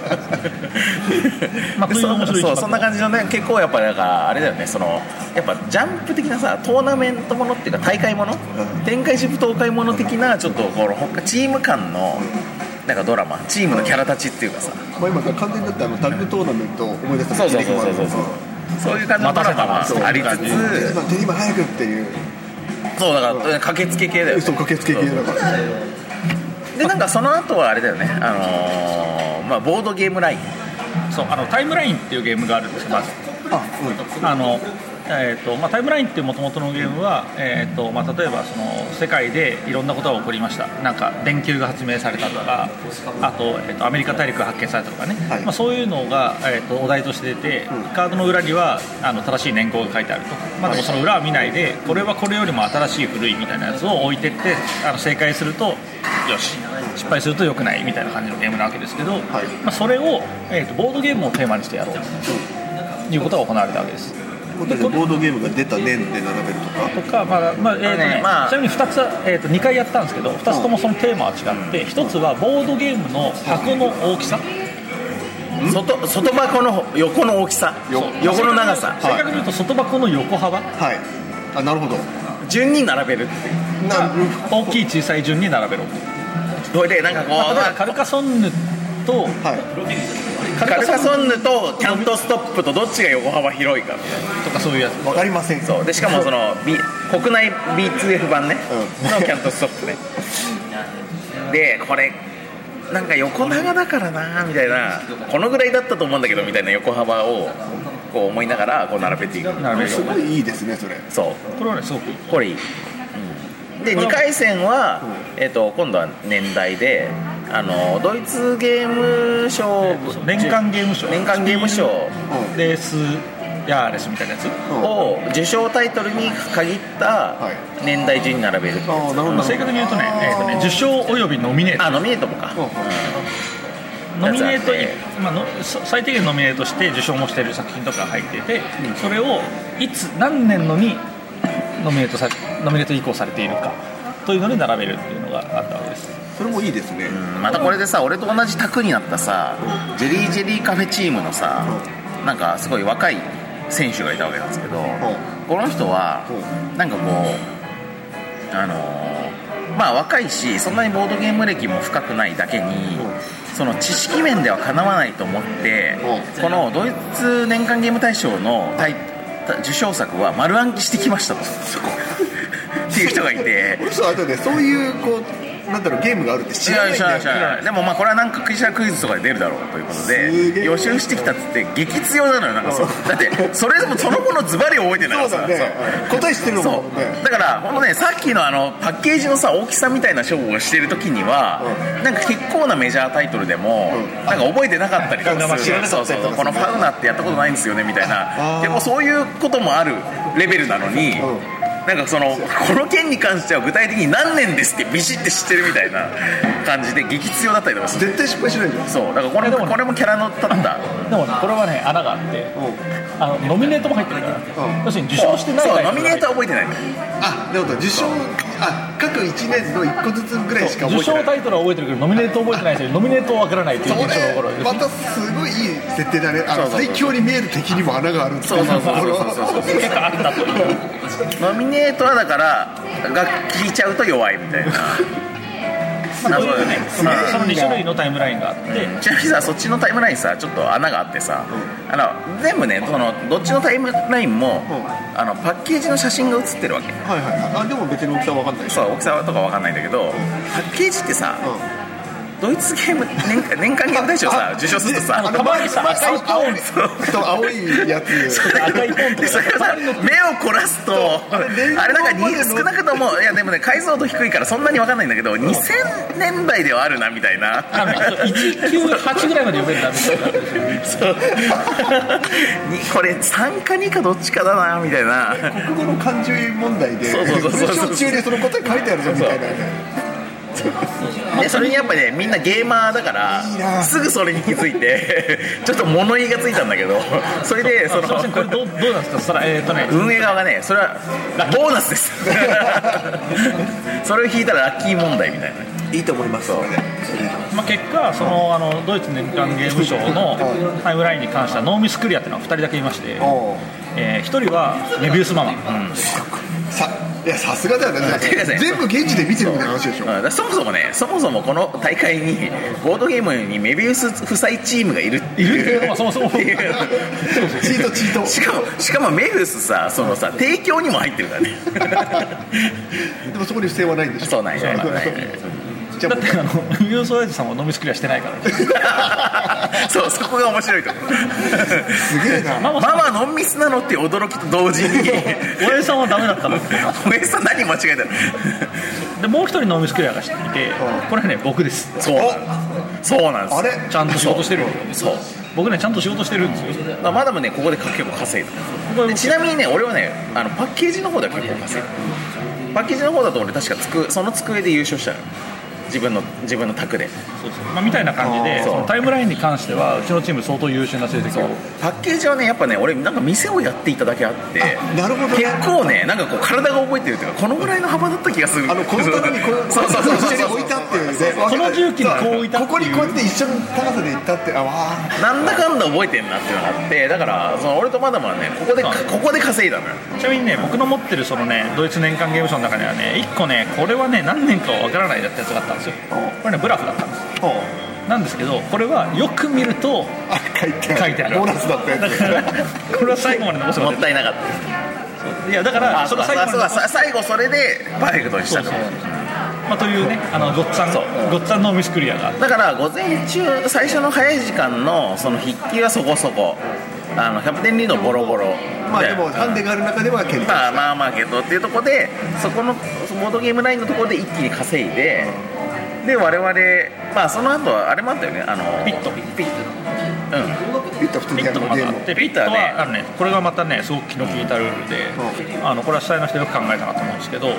[SPEAKER 3] まあ
[SPEAKER 2] で
[SPEAKER 3] 冬の面白い一幕
[SPEAKER 2] そうそんな感じのね結構やっぱなんかあれだよねそのやっぱジャンプ的なさトーナメントものっていうか大会もの、展開し舞踏会もの的なちょっとこのほかチーム間のなんかドラマチームのキャラ立ちっていうかさ
[SPEAKER 4] まあ、今完全にだってあのタッグトーナメントを思い出した
[SPEAKER 2] そうそうそうそうそうそうそういう感じのドラマ
[SPEAKER 3] 待たせた
[SPEAKER 2] も
[SPEAKER 3] な
[SPEAKER 2] ありつ
[SPEAKER 3] そう
[SPEAKER 2] つ
[SPEAKER 4] 今手今早くっていう
[SPEAKER 2] そうだから駆けつけ系だよね
[SPEAKER 4] 嘘駆けつけ系だから
[SPEAKER 2] でなんかその後はあれだよねあのーまあボードゲームライン
[SPEAKER 3] *laughs* そうあのタイムラインっていうゲームがあるんですよまず
[SPEAKER 4] あ
[SPEAKER 3] あのえーとまあ、タイムラインっていうもともとのゲームは、えーとまあ、例えばその世界でいろんなことが起こりましたなんか電球が発明されたとかあと,、えーとアメリカ大陸が発見されたとかね、
[SPEAKER 4] はい
[SPEAKER 3] まあ、そういうのが、えーとお題として出て、カードの裏にはあの正しい年号が書いてあると、まあ、でもその裏は見ないでこれはこれよりも新しい古いみたいなやつを置いてってあの正解するとよし失敗すると良くないみたいな感じのゲームなわけですけど、まあ、それを、えーとボードゲームをテーマにしてやろうということが行われたわけです
[SPEAKER 4] もっとボードゲームが出た年で並べるとか
[SPEAKER 3] とか、まあまあえーと
[SPEAKER 2] あの
[SPEAKER 3] ね
[SPEAKER 2] ねまあ
[SPEAKER 3] ちなみに2つ、えー、と2回やったんですけど2つともそのテーマは違って、1つはボードゲームの箱の大きさ、
[SPEAKER 2] 外外箱の横の大きさ
[SPEAKER 4] よ
[SPEAKER 2] 横の長さ
[SPEAKER 3] 正確に言うと外箱の横幅
[SPEAKER 4] はいあなるほど
[SPEAKER 2] 順に並べる
[SPEAKER 4] なる
[SPEAKER 3] 大きい小さい順に並べろ、
[SPEAKER 2] それでなんかこう、
[SPEAKER 3] まあ、例えばカルカソンヌと
[SPEAKER 4] はい
[SPEAKER 3] カ
[SPEAKER 2] カル
[SPEAKER 3] ル
[SPEAKER 2] カ
[SPEAKER 3] カソ
[SPEAKER 2] ソ
[SPEAKER 3] ンヌ
[SPEAKER 2] ンヌとキャントストップとどっちが横幅広いか
[SPEAKER 3] とかそういうやつ
[SPEAKER 4] わかりません
[SPEAKER 2] そうでしかもその、B、国内 B2F 版ね、
[SPEAKER 4] うん
[SPEAKER 2] のキャントストップねでこれなんか横長だからなみたいなこのぐらいだったと思うんだけどみたいな横幅をこう思いながらこう並べていく
[SPEAKER 3] 並べる
[SPEAKER 4] すごいいいですねそれ
[SPEAKER 2] そう
[SPEAKER 3] これはねすごくいい
[SPEAKER 2] これいい、で
[SPEAKER 3] こ
[SPEAKER 2] 2
[SPEAKER 3] れは
[SPEAKER 2] 回戦は、えっと今度は年代であのドイツゲーム賞
[SPEAKER 3] 年間ゲーム賞
[SPEAKER 2] 年間ゲーム賞
[SPEAKER 4] うん
[SPEAKER 3] レースヤーレスみたいなやつ、
[SPEAKER 4] うん
[SPEAKER 2] を受賞タイトルに限った
[SPEAKER 4] は
[SPEAKER 2] 年代順に並べる、
[SPEAKER 4] ああなるほ
[SPEAKER 3] ま
[SPEAKER 4] ど
[SPEAKER 3] あ、正確に言うとね,、えーとね受賞およびノミネート
[SPEAKER 2] あノミネートもか、
[SPEAKER 3] ノミネート
[SPEAKER 2] やつあ
[SPEAKER 3] い、まあ、のそ最低限ノミネートして受賞もしてる作品とか入ってて、それをいつ何年のにノミネートさノミネート移行されているかというので並べるっていうのがあったわけです
[SPEAKER 4] それもいいですね
[SPEAKER 2] またこれでさ俺と同じ卓になったさジェリージェリーカフェチームのさなんかすごい若い選手がいたわけなんですけどこの人はなんかこうあのーまあ若いしそんなにボードゲーム歴も深くないだけにその知識面ではかなわないと思ってこのドイツ年間ゲーム大賞のタイ受賞作は丸暗記してきましたとっていう人がいて
[SPEAKER 4] この人あとねそういうこうなんだろうゲームがあるって知
[SPEAKER 2] 違
[SPEAKER 4] ら
[SPEAKER 2] う
[SPEAKER 4] ないん
[SPEAKER 2] 違
[SPEAKER 4] だよ
[SPEAKER 2] う違うでもまあこれはなんかクイズクイズとかで出るだろうということ
[SPEAKER 4] すげ
[SPEAKER 2] で
[SPEAKER 4] え
[SPEAKER 2] 予習してきたっつって激強なのよなんかそうだってそれでもその子のズバリ覚えてない
[SPEAKER 4] そう
[SPEAKER 2] から
[SPEAKER 4] だね
[SPEAKER 2] さ
[SPEAKER 4] うん答え知ってるの
[SPEAKER 2] そ
[SPEAKER 4] も
[SPEAKER 2] う
[SPEAKER 4] ね
[SPEAKER 2] だからこのねさっきのあのパッケージのさ大きさみたいな勝負をしてる時にはなんか結構なメジャータイトルでも
[SPEAKER 4] うん
[SPEAKER 2] なんか覚えてなかったりとかす
[SPEAKER 4] あ
[SPEAKER 2] る
[SPEAKER 4] 名前知らな
[SPEAKER 2] そ
[SPEAKER 4] か
[SPEAKER 2] う
[SPEAKER 4] っ
[SPEAKER 2] そ
[SPEAKER 4] た
[SPEAKER 2] う
[SPEAKER 4] りとかする
[SPEAKER 2] このファウナってやったことないんですよねみたい
[SPEAKER 4] あ
[SPEAKER 2] な
[SPEAKER 4] ー
[SPEAKER 2] でもそういうこともあるレベルなのに
[SPEAKER 4] うん
[SPEAKER 2] なんかそのこの件に関しては具体的に何年ですってビシッて知ってるみたいな感じで激強だったりとかする
[SPEAKER 4] 絶対失敗しないんだよ
[SPEAKER 2] そうだからこれ
[SPEAKER 3] でも
[SPEAKER 2] これもキャラの立った
[SPEAKER 3] でもねこれはね穴があってあのノミネートも入ってるから、要するに受賞してない
[SPEAKER 2] そう
[SPEAKER 3] タイト
[SPEAKER 2] ノ
[SPEAKER 3] ル
[SPEAKER 2] ミ
[SPEAKER 3] が
[SPEAKER 2] ネー
[SPEAKER 3] 入っ
[SPEAKER 2] トは覚えてない
[SPEAKER 4] あなるほど受賞あ各1年の1個ずつぐらいしか覚え
[SPEAKER 3] 受
[SPEAKER 4] てな
[SPEAKER 3] 賞
[SPEAKER 4] い
[SPEAKER 3] タイトルは覚えてるけどノミネート覚えてないしノミネートは分からないという
[SPEAKER 4] そ
[SPEAKER 3] 現象が起こるわけ
[SPEAKER 4] れ
[SPEAKER 3] です
[SPEAKER 4] またすごいいい設定だねあ
[SPEAKER 2] そう
[SPEAKER 4] の
[SPEAKER 2] そうそう
[SPEAKER 4] 最強に見える敵にも穴があるっていうところ
[SPEAKER 3] 結構あったという
[SPEAKER 2] ノミネートはだからが聞いちゃうと弱いみたいな
[SPEAKER 3] まあ
[SPEAKER 2] 謎だよね
[SPEAKER 3] その2種類のタイムラインがあって、
[SPEAKER 2] ちなみにさそっちのタイムラインさちょっと穴があってさ、あの全部ねそのどっちのタイムラインも、
[SPEAKER 4] ん
[SPEAKER 2] あのパッケージの写真が写ってるわけ
[SPEAKER 4] はいはいはいあでも別に大きさは分かんない
[SPEAKER 2] そう大きさとかわかんないんだけどパッケージってさ、ドイツゲーム年間年間ゲーム大賞さ受賞するとさ
[SPEAKER 3] あのたまにさ
[SPEAKER 4] まあ
[SPEAKER 3] 赤いポーン
[SPEAKER 4] そう青いやつ
[SPEAKER 2] *laughs*
[SPEAKER 3] 赤いポンと
[SPEAKER 2] で
[SPEAKER 3] か
[SPEAKER 2] それがさ目を凝らすとあれなんかに少なくともいやでもね解像度低いからそんなに分かんないんだけど2000年代ではあるなみたいな
[SPEAKER 3] あの198ぐらいまで読めるなみたいな
[SPEAKER 2] そう *laughs* にこれ3か2かどっちかだなみたいな
[SPEAKER 4] 国語の漢字問題で
[SPEAKER 2] そうそうそうそう
[SPEAKER 4] 文章中にその答え書いてあるぞみたいな
[SPEAKER 2] でそれにやっぱねみんなゲーマーだか
[SPEAKER 4] いい
[SPEAKER 2] ら
[SPEAKER 4] な
[SPEAKER 2] すぐそれに気づいて *laughs* ちょっと物言いがついたんだけどそれでそ
[SPEAKER 3] すいませんこれ
[SPEAKER 2] の
[SPEAKER 3] どうどうなんですかそらえーっとね
[SPEAKER 2] 運営側がねそれはボーナス
[SPEAKER 4] *laughs*
[SPEAKER 2] ですそれを引いたらラッキー問題みたいない
[SPEAKER 4] いと思います
[SPEAKER 3] まあ、結果そのあのドイツ年間ゲーム賞のタイムラインに関してはノーミスクリアっていうのは2人だけいまして、
[SPEAKER 4] お
[SPEAKER 3] え1人はメビウスママ、
[SPEAKER 4] さいやさすがだよ
[SPEAKER 2] てかね
[SPEAKER 4] ね全部現地で見てるみたいな話でしょ
[SPEAKER 2] うんだからそもそもねそもそもこの大会にボードゲームにメビウス夫妻チームがいるって
[SPEAKER 3] いるってい
[SPEAKER 2] いう
[SPEAKER 3] のがそもそも
[SPEAKER 2] っていう
[SPEAKER 3] *laughs*
[SPEAKER 4] チートチート
[SPEAKER 2] しかもしかもメビウスさそのさ提供にも入ってるから
[SPEAKER 3] *laughs*
[SPEAKER 2] ね
[SPEAKER 4] でもそこに不正はないんでしょ
[SPEAKER 2] そうなんや
[SPEAKER 4] そう
[SPEAKER 2] ない
[SPEAKER 4] じゃ
[SPEAKER 3] だ
[SPEAKER 4] あ
[SPEAKER 3] っ
[SPEAKER 4] もう
[SPEAKER 3] てあのメビウス親父さんはノーミスクリアしてないから、
[SPEAKER 2] そうそこが面白いとこ
[SPEAKER 4] すげえな
[SPEAKER 3] ママさん
[SPEAKER 2] ママノンミスなのっていう驚きと同時
[SPEAKER 3] *laughs*
[SPEAKER 2] に
[SPEAKER 3] 親父さんはダメだったのって
[SPEAKER 2] おめえさん何間違えたの
[SPEAKER 3] でもう1人ノーミスクリアがしていてこれね僕です
[SPEAKER 2] そうなんですそうなんです
[SPEAKER 4] あれ
[SPEAKER 3] ちゃんと仕事してる
[SPEAKER 2] そう
[SPEAKER 3] 僕ねちゃんと仕事してるんですよ
[SPEAKER 2] だからマダムねここで結構稼いだ
[SPEAKER 3] こ
[SPEAKER 2] で
[SPEAKER 3] れ
[SPEAKER 2] ちなみにね俺はねあのパッケージの方では結構稼いだパッケージの方だと俺確かつくその机で優勝したのよ自分の自分の卓で
[SPEAKER 3] そうそうまあ、みたいな感じ
[SPEAKER 4] あ
[SPEAKER 3] で
[SPEAKER 4] ー
[SPEAKER 3] そのタイムラインに関してはうちのチーム相当優秀な成績を
[SPEAKER 2] パッケージはねやっぱね俺なんか店をやっていただけあって
[SPEAKER 4] あなるほどね
[SPEAKER 2] 結構ねなんかこう体が覚えてるっていうかこのぐらいの幅だった気がする
[SPEAKER 4] あのこの棚にこの
[SPEAKER 2] *laughs* そうそうそう
[SPEAKER 4] この
[SPEAKER 2] そう
[SPEAKER 4] 棚に
[SPEAKER 2] そう
[SPEAKER 4] 置いたっていうね
[SPEAKER 3] その重機にこう置いたっていう
[SPEAKER 4] ここにこうやって一緒の高さで行ったってあわ
[SPEAKER 2] なんだかんだ覚えてんなっていうのがあってだからその俺とまだまだねここで
[SPEAKER 3] あ
[SPEAKER 2] ここで稼いだのよ
[SPEAKER 3] ちなみにね僕の持ってるそのねドイツ年間ゲーム賞の中にはね1個ねこれはね何年かは分からないだったやつがあったんですよこれねブラフだったんです
[SPEAKER 4] ー
[SPEAKER 3] なんですけどこれはよく見ると *laughs*
[SPEAKER 4] あ書いてある
[SPEAKER 3] 書いてある
[SPEAKER 4] ボーナスだったや
[SPEAKER 3] だ *laughs*
[SPEAKER 4] つ
[SPEAKER 3] からこれは最後まで残す
[SPEAKER 2] も
[SPEAKER 3] の
[SPEAKER 2] ったいなかった
[SPEAKER 3] いやだから
[SPEAKER 2] あそ
[SPEAKER 3] そ
[SPEAKER 2] うか
[SPEAKER 3] の最後まで
[SPEAKER 2] そう
[SPEAKER 3] 残
[SPEAKER 2] か
[SPEAKER 3] す
[SPEAKER 2] さ最後それでパーフェクトにし
[SPEAKER 3] そ
[SPEAKER 2] た
[SPEAKER 3] うそ
[SPEAKER 2] と
[SPEAKER 3] うまあというねあのごっつぁんごっつぁんのミスクリアがあって
[SPEAKER 2] だから午前中最初の早い時間のその筆記はそこそこあのキャプテンリードボロボロ
[SPEAKER 4] まあでもハンデがある中では結構
[SPEAKER 2] まあまあまあけどっていうところでそこのボードゲームラインのところで一気に稼いでで我々まあその後はあれもあったよねあの
[SPEAKER 3] ピット
[SPEAKER 2] ピットうん
[SPEAKER 4] ピッと普通
[SPEAKER 3] ピッ
[SPEAKER 4] にや
[SPEAKER 3] ト
[SPEAKER 4] る
[SPEAKER 3] がま
[SPEAKER 4] ゲ
[SPEAKER 3] たあ
[SPEAKER 4] ーム
[SPEAKER 3] っ
[SPEAKER 4] を
[SPEAKER 3] て
[SPEAKER 2] ピ
[SPEAKER 3] ピ
[SPEAKER 2] ッ
[SPEAKER 3] ッ
[SPEAKER 2] ト
[SPEAKER 3] ト
[SPEAKER 2] はね
[SPEAKER 3] はあのねこれがまたねすごく気の利いたルールであのこれは主催の人よく考えたなと思うんですけど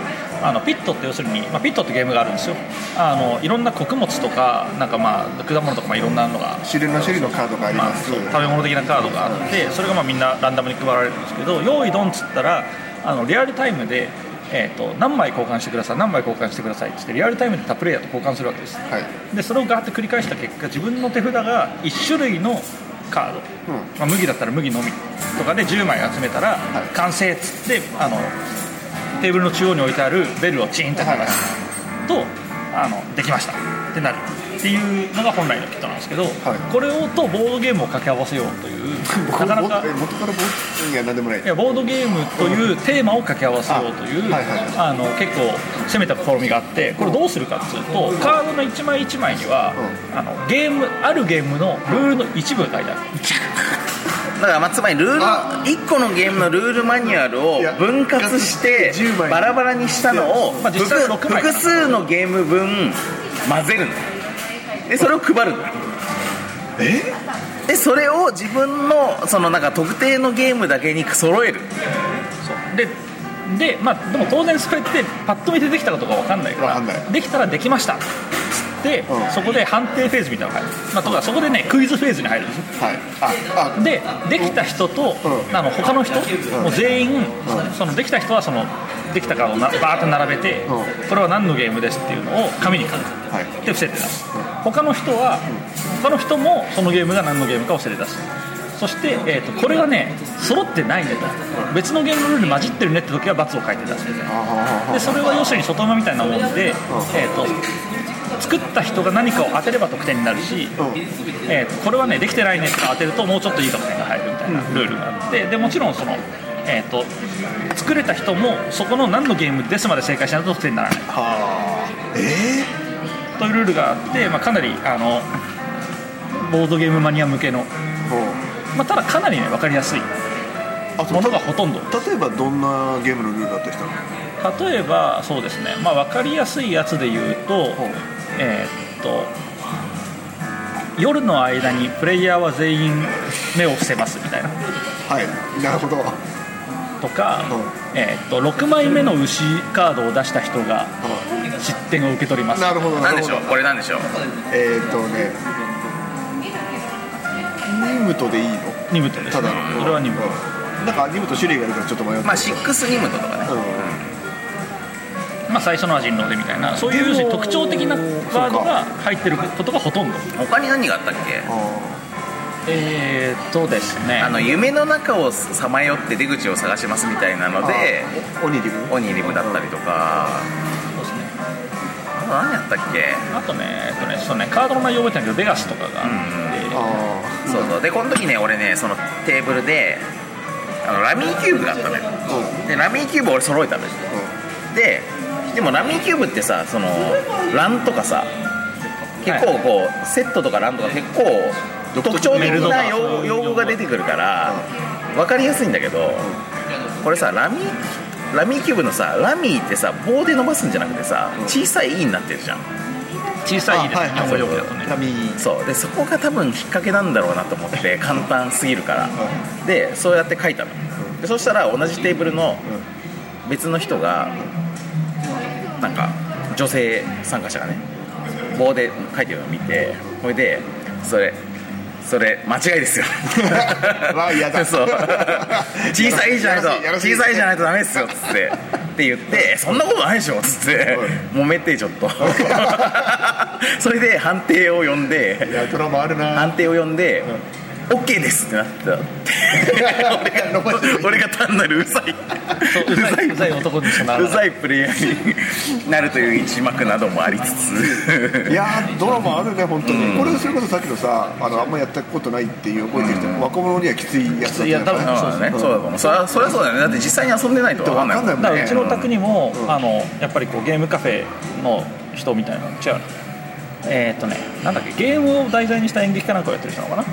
[SPEAKER 3] あのピットって要するに、まあ、ピットってゲームがあるんですよあのいろんな穀物とかなんかまあ果物とかまあいろんなのが
[SPEAKER 4] 種類の種類のカードがあり
[SPEAKER 3] ま
[SPEAKER 4] ま
[SPEAKER 3] あ、
[SPEAKER 4] す
[SPEAKER 3] そう食べ物的なカードがあってそれがまあみんなランダムに配られるんですけど「用意ドン」っつったらあのリアルタイムで、えー、と何枚交換してください何枚交換してくださいっつってリアルタイムで他プレイヤーと交換するわけです
[SPEAKER 4] はい
[SPEAKER 3] でそれをガーって繰り返した結果自分の手札が1種類のカード、
[SPEAKER 4] うん
[SPEAKER 3] まあ、麦だったら麦のみとかで10枚集めたら
[SPEAKER 4] い
[SPEAKER 3] 完成っつってあのテーブルの中央に置いてあるベルをチーンって鳴らすとあのできましたってなるっていうのが本来のキットなんですけど、これをとボードゲームを掛け合わせよう
[SPEAKER 4] *laughs*
[SPEAKER 3] という
[SPEAKER 4] 僕
[SPEAKER 3] なかな
[SPEAKER 4] も
[SPEAKER 3] か
[SPEAKER 4] え元から僕いや何でもない
[SPEAKER 3] いやボードゲームというテーマを掛け合わせようという
[SPEAKER 4] あはいはいはい
[SPEAKER 3] あの結構攻めた試みがあってこれどうするかっていうとカードの1枚1枚にはあのゲームあるゲームのルールの一部が書いてある
[SPEAKER 2] だからまあつまりルール
[SPEAKER 4] あ
[SPEAKER 2] 1個のゲームのルールマニュアルを
[SPEAKER 4] いや
[SPEAKER 2] 分割して
[SPEAKER 4] 10枚
[SPEAKER 2] バラバラにしたのを
[SPEAKER 3] まあ
[SPEAKER 2] 複
[SPEAKER 3] 実際は6枚か
[SPEAKER 2] 複
[SPEAKER 3] な
[SPEAKER 2] 数のゲーム分混ぜるのでそれを配るの
[SPEAKER 4] え
[SPEAKER 2] でそれを自分のそのなんか特定のゲームだけに揃える
[SPEAKER 3] そうでで,、まあ、でも当然それってパッと見てできたかとかわかんないから
[SPEAKER 4] わかんない
[SPEAKER 3] できたらできましたっつって、
[SPEAKER 4] うん
[SPEAKER 3] そこで判定フェーズみたいなのが入る、まあ、とかそこでねクイズフェーズに入るんですよ
[SPEAKER 4] はいああ
[SPEAKER 3] でできた人と、
[SPEAKER 4] うん
[SPEAKER 3] あの他の人、もう全員、そのできた人はそのできたからをなバーッと並べて、
[SPEAKER 4] う
[SPEAKER 3] これは何のゲームですっていうのを紙に書く
[SPEAKER 4] はい
[SPEAKER 3] で伏せて出す他の人は他の人もそのゲームが何のゲームかを伏せて出すそして、えー、とこれがね揃ってないんだと別のゲームのルールに混じってるねって時は×を書いて出すみたいな
[SPEAKER 4] ああ
[SPEAKER 3] でそれは要するに外馬みたいなもんで、えー、と作った人が何かを当てれば得点になるし、
[SPEAKER 4] うん
[SPEAKER 3] えー、とこれはねできてないねとか当てるともうちょっといい得点が入るみたいなルールがあってでもちろんその、えー、と作れた人もそこの何のゲームですまで正解しないと得点にならない
[SPEAKER 4] はあえ
[SPEAKER 3] というルールがあって、まあ、かなりあのボードゲームマニア向けの、
[SPEAKER 4] ーもう
[SPEAKER 3] まあ、ただかなりね分かりやすい
[SPEAKER 4] あ
[SPEAKER 3] ものがほとんど
[SPEAKER 4] 例えばどんなゲームのルールだったりしたの
[SPEAKER 3] 例えばそうですね、まあ、分かりやすいやつで言うと,、えーっと夜の間にプレイヤーは全員目を伏せますみたいな
[SPEAKER 4] はいなるほどは
[SPEAKER 3] とか、えーっと6枚目の牛カードを出した人が失点を受け取りま
[SPEAKER 4] い
[SPEAKER 3] す
[SPEAKER 4] なるほどな
[SPEAKER 2] 何
[SPEAKER 4] る
[SPEAKER 2] で
[SPEAKER 4] ほ
[SPEAKER 2] し
[SPEAKER 4] ど
[SPEAKER 2] ょうこれ何でしょう
[SPEAKER 4] えーっとねニムトでいいの
[SPEAKER 3] ニムトです
[SPEAKER 4] た
[SPEAKER 3] ね
[SPEAKER 4] だ
[SPEAKER 3] これはニムト
[SPEAKER 4] うんなんかニムト種類があるからちょっと迷って
[SPEAKER 2] まあシックスニムトとかね
[SPEAKER 4] う
[SPEAKER 3] まあ、最初のは人狼でみたいなそういう要するに特徴的なワードが入ってることがほとんど
[SPEAKER 2] 他に何があったっけ
[SPEAKER 4] んあ
[SPEAKER 3] えーっとですね
[SPEAKER 2] あの夢の中をさまよって出口を探しますみたいなの
[SPEAKER 4] ー
[SPEAKER 2] で
[SPEAKER 4] あーおオニリム
[SPEAKER 2] オニリムだったりとか
[SPEAKER 3] そうですね
[SPEAKER 2] あと何やったっけ
[SPEAKER 3] あとね,、えっと、ねそうねカードの内容覚えてないけどベガスとかがあって、
[SPEAKER 4] あ
[SPEAKER 2] そうそうでこの時ね俺ねそのテーブルであのラミーキューブがあったのよ
[SPEAKER 4] あうんうん
[SPEAKER 2] でラミーキューブ俺揃えたのよででもラミーキューブってさそのランとかさ結構こう、セットとかランとか結構特徴的
[SPEAKER 3] メルドと
[SPEAKER 2] な
[SPEAKER 3] か
[SPEAKER 2] 用用語が出てくるから分かりやすいんだけどこれさラミラミーキューブのさラミーってさ棒で伸ばすんじゃなくてさ小さい「イ」になってるじゃん
[SPEAKER 3] 小さいですね、
[SPEAKER 4] あはい
[SPEAKER 3] 表記だとね
[SPEAKER 4] ラミー
[SPEAKER 2] そうでそこが多分引っ掛けなんだろうなと思って簡単すぎるからでそうやって書いたのでそしたら同じテーブルの別の人がなんか女性参加者がね棒で書いてるのを見てほいでそれそれ間違いですよ
[SPEAKER 4] *laughs* わあ嫌
[SPEAKER 2] *laughs*
[SPEAKER 4] だ *laughs*
[SPEAKER 2] そう小さいじゃないと
[SPEAKER 4] やらしい
[SPEAKER 2] 小さいじゃないとダメですよっつってって言ってそんなことないでしょっつって揉めてちょっと *laughs* それで判定を呼んで
[SPEAKER 4] いやドラマあるな
[SPEAKER 2] 判定を呼んで、オッ OK ですってなったって俺が俺が単なるうざい
[SPEAKER 3] そううざいうざい男にしかなら
[SPEAKER 2] う
[SPEAKER 3] ない
[SPEAKER 2] ざいプレイヤーになるという一幕などもありつつ
[SPEAKER 4] いやードラマあるね本当に、これそれこそさっきのさあのあんまやったことないっていう覚えてる人、若者にはきついやつだったよ
[SPEAKER 3] きついや多分
[SPEAKER 2] そうだね、そうだと思うそれはそれはそうだよねだって実際に遊んでないと分かんないもん
[SPEAKER 4] 分かん
[SPEAKER 3] だ
[SPEAKER 4] な
[SPEAKER 3] か
[SPEAKER 4] い
[SPEAKER 3] らうちのお宅にも、あのやっぱりこうゲームカフェの人みたいなの違うなえーっとねなんだっけゲームを題材にした演劇かなんかをやってる人なのかな、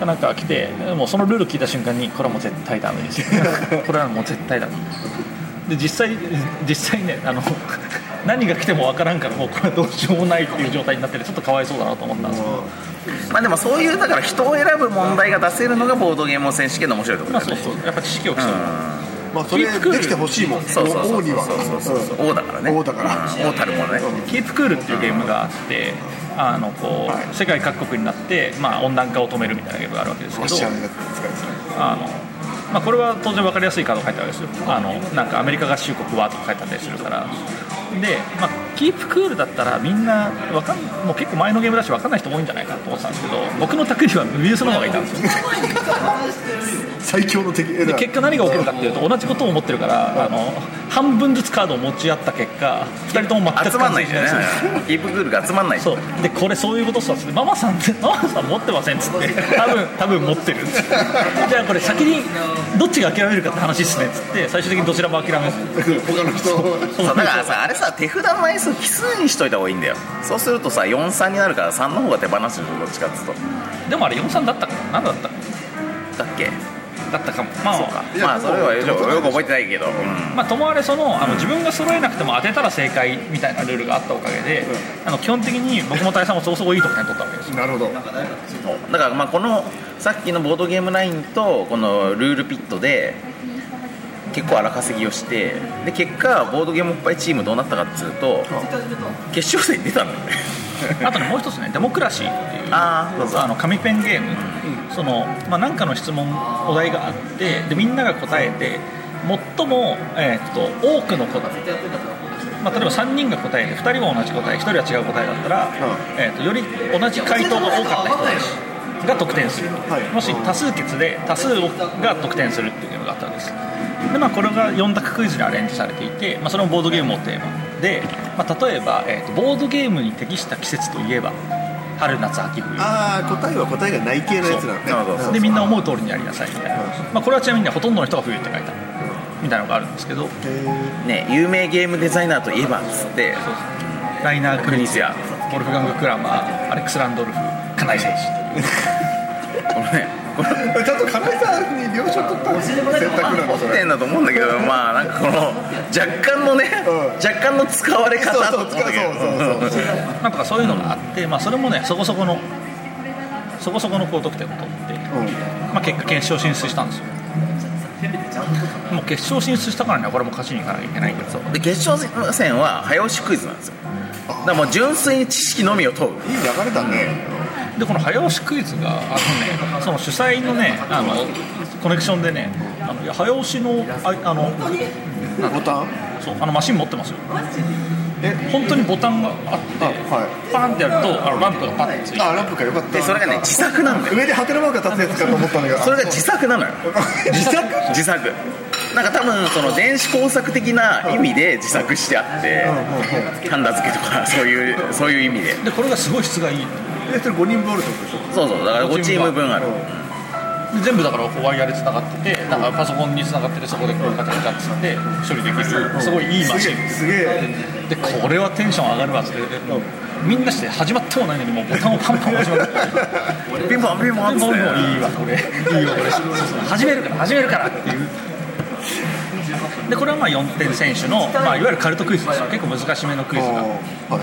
[SPEAKER 3] かなんか来てもうそのルール聞いた瞬間にこれはもう絶対ダメ *laughs* ですよこれはもう絶対ダメで実際実際ねあの *laughs* 何が来ても分からんからもうこれはどうしようもないっていう状態になっててちょっとかわいそうだなと思ったんですけど、
[SPEAKER 2] まあでもそういうだから人を選ぶ問題が出せるのがボードゲーム選手権の面白いところ
[SPEAKER 3] まあ、
[SPEAKER 2] だ
[SPEAKER 3] そ
[SPEAKER 2] よ
[SPEAKER 3] う
[SPEAKER 2] ね
[SPEAKER 3] そうやっぱ知識を競う、
[SPEAKER 4] まあそれできてほしいもん
[SPEAKER 2] そうそうそう
[SPEAKER 4] 王には
[SPEAKER 2] そうそうそうそう王だからね
[SPEAKER 4] 王だから
[SPEAKER 2] うん王たるものね
[SPEAKER 3] キープクールっていうゲームがあってあのこう世界各国になって、まあ、温暖化を止めるみたいなゲームがあるわけです
[SPEAKER 4] お
[SPEAKER 3] け
[SPEAKER 4] っし
[SPEAKER 3] ど
[SPEAKER 4] ゃるやつですね
[SPEAKER 3] あの、まあ、これは当然分かりやすいカードが書いてあるんですよあのなんかアメリカ合衆国はとか書いてあったりするからで、まあ、キープクールだったらみんなわかんもう結構前のゲームだし分かんない人も多いんじゃないかなと思ってたんですけど僕の宅にはミュースの方がいたんですよ
[SPEAKER 2] *laughs*
[SPEAKER 4] 最強の敵え
[SPEAKER 3] で
[SPEAKER 4] だ
[SPEAKER 3] 結果何が起きるかっていうと同じことを思ってるからあの半分ずつカードを持ち合った結果2人とも全
[SPEAKER 2] 集
[SPEAKER 3] く
[SPEAKER 2] まん
[SPEAKER 3] 完
[SPEAKER 2] ない
[SPEAKER 3] 成
[SPEAKER 2] んだ
[SPEAKER 3] しない
[SPEAKER 2] よ
[SPEAKER 3] です
[SPEAKER 2] ね *laughs* キープクールが集まんない
[SPEAKER 3] そうでこれそういうことっすわっつってママさんってママさん持ってませんっつって多分多分持ってるっつってじゃあこれ先にどっちが諦めるかって話っすねっつって最終的にどちらも諦めず
[SPEAKER 4] 他の人を
[SPEAKER 2] そうだからさあれさ手札の枚数奇数にしといた方がいいんだよそうするとさ43になるから3の方が手放してるどっちかっつうと
[SPEAKER 3] でもあれ43だったかな何だった
[SPEAKER 2] だっけ
[SPEAKER 3] だったかもまあ
[SPEAKER 2] そうか
[SPEAKER 4] いや
[SPEAKER 2] まあそれはよくよく覚えてないけど、うん
[SPEAKER 3] まあ、ともあれそのあの自分が揃えなくても当てたら正解みたいなルールがあったおかげで、あの基本的に僕も大さんもそこそこいい得点取ったわけ
[SPEAKER 2] *laughs*
[SPEAKER 3] ですよ
[SPEAKER 4] *laughs* なるほど
[SPEAKER 2] そうだからまあこのさっきのボードゲームラインとこのルールピットで結構荒稼ぎをしてで結果ボードゲームおっぱいチームどうなったかっつうと決勝戦に出たんだよね
[SPEAKER 3] あとねもう一つねデモクラシーっていう
[SPEAKER 2] あーそうそう
[SPEAKER 3] あの紙ペンゲーム、そのまあ、なんかの質問お題があってでみんなが答えて最も、えーっと多くの答え、まあ、例えば3人が答えて2人は同じ答え1人は違う答えだったら、
[SPEAKER 4] う
[SPEAKER 3] えーっとより同じ回答が多かった人たちが得点する、
[SPEAKER 4] はい
[SPEAKER 3] もし多数決で多数が得点するっていうゲームがあったんですで、まあ、これが4択クイズにアレンジされていて、まあ、それもボードゲームをテーマで、まあ、例えば、えーっとボードゲームに適した季節といえば春夏秋冬
[SPEAKER 4] ああ答えは答えがない系のやつなん
[SPEAKER 2] そうなるほど
[SPEAKER 4] だ
[SPEAKER 3] で
[SPEAKER 4] ね
[SPEAKER 3] みんな思う通りにやりなさいみたいな、まあ、これはちなみにねほとんどの人が冬って書いたみたいなのがあるんですけど
[SPEAKER 2] ね有名ゲームデザイナーといえばっつって
[SPEAKER 3] ライナー・クルニツヤボルフガング・クラマーアレックス・ランドルフ金井選手
[SPEAKER 2] このねこれ
[SPEAKER 4] えーちゃんと金井さんに了承取った選択な
[SPEAKER 2] 持
[SPEAKER 4] の
[SPEAKER 2] っ
[SPEAKER 4] そ
[SPEAKER 2] て
[SPEAKER 4] れ
[SPEAKER 2] んだと思うんだけどまあなんかこの若干のね、
[SPEAKER 4] うん
[SPEAKER 2] 若干の使われ方だと思
[SPEAKER 4] そ
[SPEAKER 2] う
[SPEAKER 4] う
[SPEAKER 2] ん
[SPEAKER 4] そう
[SPEAKER 2] だけど
[SPEAKER 4] そうそうそう
[SPEAKER 3] なんとかそういうのがあって、まあ、それもねそこそこのそこそこの高得点を取って、
[SPEAKER 4] うん
[SPEAKER 3] まあ、結果決勝進出したんですよもう決勝進出したからにはこれも勝ちに行かなきゃいけないけど
[SPEAKER 2] で決勝戦は早押しクイズなんですよだからもう純粋に知識のみを問う
[SPEAKER 4] いい流れだね
[SPEAKER 3] でこの早押しクイズがあの、ね、その主催のねあのコネクションでねあのいや早押しのああの
[SPEAKER 4] ボタン
[SPEAKER 3] そうあのマシン持ってますよ
[SPEAKER 4] え
[SPEAKER 3] 本当にボタンがあって
[SPEAKER 4] あはい
[SPEAKER 3] パンってやるとあのランプがパッてついて
[SPEAKER 4] あランプかよかった
[SPEAKER 2] でそれがね自作なんだよ
[SPEAKER 4] 上でハテナマークが立つやつかと思ったんだけど
[SPEAKER 2] それが自作なのよ
[SPEAKER 4] 自作
[SPEAKER 2] *laughs* 自作なんか多分その電子工作的な意味で自作してあってハンダ付けとかそういうそういう意味で
[SPEAKER 3] でこれがすごい質がいいで
[SPEAKER 4] えそれ5人分あるってことでしょ
[SPEAKER 2] そうそうだから5チーム分ある
[SPEAKER 3] 全部だからこうワイヤーでつながっててなんかパソコンにつながっててそこでこうガチャガチャっつって処理できるすごいいいマシン
[SPEAKER 4] すげえ
[SPEAKER 3] でこれはテンション上がるわっつってみんなして始まってもないのにもうボタンをパンパン押しまくって
[SPEAKER 2] ピンポンピンポンっつ
[SPEAKER 3] も
[SPEAKER 2] っ
[SPEAKER 3] うもう
[SPEAKER 2] て
[SPEAKER 3] いいわこれいいわこれそうそう始めるから始めるからっていうでこれはまあ4点選手の、まあ、いわゆるカルトクイズですよ結構難しめのクイ
[SPEAKER 4] あ
[SPEAKER 3] ズ
[SPEAKER 4] ー
[SPEAKER 3] が、
[SPEAKER 4] はい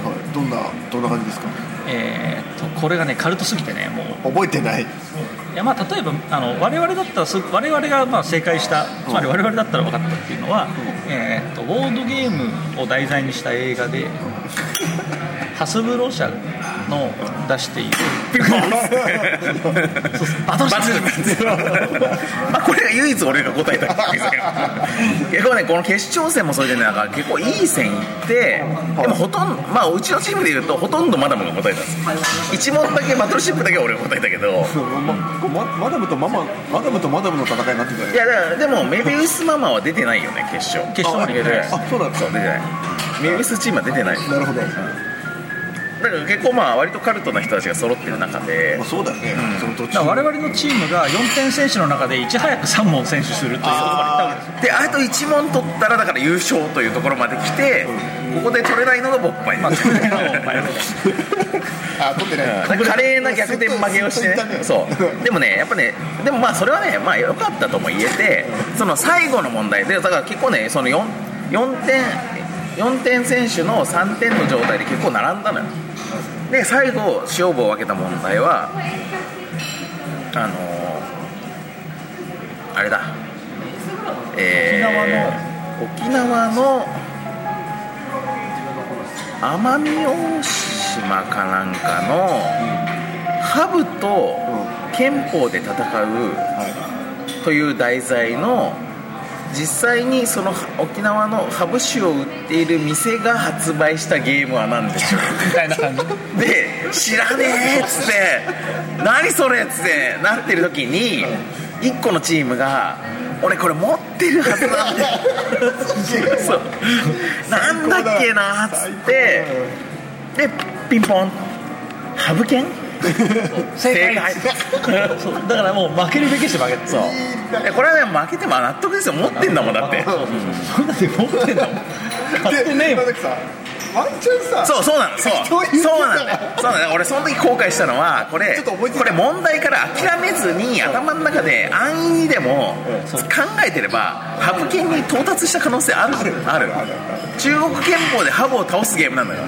[SPEAKER 4] はいどんなどんな感じですか
[SPEAKER 3] えーっとこれがねカルトすぎてねもう
[SPEAKER 4] 覚えてない
[SPEAKER 3] いやまあ例えばあの我々だったらす我々がまあ正解したつまり我々だったら分かったっていうのは、えーっとボードゲームを題材にした映画でハスブロ社の出している
[SPEAKER 2] ピンポン *laughs*
[SPEAKER 3] そうそうバトルシ
[SPEAKER 2] バ
[SPEAKER 3] ス
[SPEAKER 2] ツ
[SPEAKER 3] テム
[SPEAKER 2] まあこれが唯一俺が答えたんですよ結構ねこの決勝戦もそれでねなんか結構いい線いってでもほとんどまあうちのチームでいうとほとんどマダムが答えたんです一問だけバトルシップだけは俺が答えたけど
[SPEAKER 4] そうまこうまマダムとマママダムとマダムの戦いになってた
[SPEAKER 2] *laughs*
[SPEAKER 4] よ
[SPEAKER 2] いやだからでもメビウスママは出てないよね決勝
[SPEAKER 3] 決勝は出てない
[SPEAKER 4] あそうなんだ
[SPEAKER 2] そう出てないメビウスチームは出てない
[SPEAKER 4] なるほど、
[SPEAKER 2] だから結構まあ割とカルトな人たちが揃ってる中で
[SPEAKER 4] まあ、そうだよね、その途中
[SPEAKER 3] だから我々のチームが4点選手の中でいち早く3問選手するというところまで行ったわけですよ
[SPEAKER 2] であと1問取ったらだから優勝というところまで来てここで取れないのが勃発
[SPEAKER 3] まあ、それがもうまあ
[SPEAKER 4] あ取ってない
[SPEAKER 2] なんか華麗な逆転負けをして
[SPEAKER 4] ずっと
[SPEAKER 2] ね
[SPEAKER 4] ずっ
[SPEAKER 2] そ
[SPEAKER 4] と言ったね
[SPEAKER 2] うでもねやっぱねでもまあそれはねまあ良かったとも言えてその最後の問題でだから結構ねその 4, 4点4点選手の3点の状態で結構並んだのよで最後勝負を分けた問題はあのーあれだえー沖縄の奄美大島かなんかのハブと憲法で戦う
[SPEAKER 4] は
[SPEAKER 2] という題材の実際にその沖縄のハブ酒を売っている店が発売したゲームは何でしょう
[SPEAKER 3] みたいな感じ
[SPEAKER 2] で知らねえっつって何それっつってなってる時に1個のチームが俺これ持ってるはずなんだよそうなんだっけなっつってでピンポンハブ犬
[SPEAKER 3] 正
[SPEAKER 2] 解 *laughs*
[SPEAKER 3] そうだからもう負けるべきして負けた
[SPEAKER 2] そうでこれはね負けても納得ですよ持ってんだもんだって
[SPEAKER 3] そんなで持ってんだもん買ってねえ
[SPEAKER 4] で
[SPEAKER 3] もん
[SPEAKER 4] なんだっけさワンチャンさ
[SPEAKER 2] そうそうなのそう
[SPEAKER 4] そういう
[SPEAKER 2] そうなのねそうなのね俺その時後悔したのはこれ
[SPEAKER 4] ちょっと思いつい
[SPEAKER 2] こ
[SPEAKER 4] た
[SPEAKER 2] れ問題から諦めずに頭の中で安易にでも考えてればハブ犬に到達した可能性あるある中国憲法でハブを倒すゲームなのよ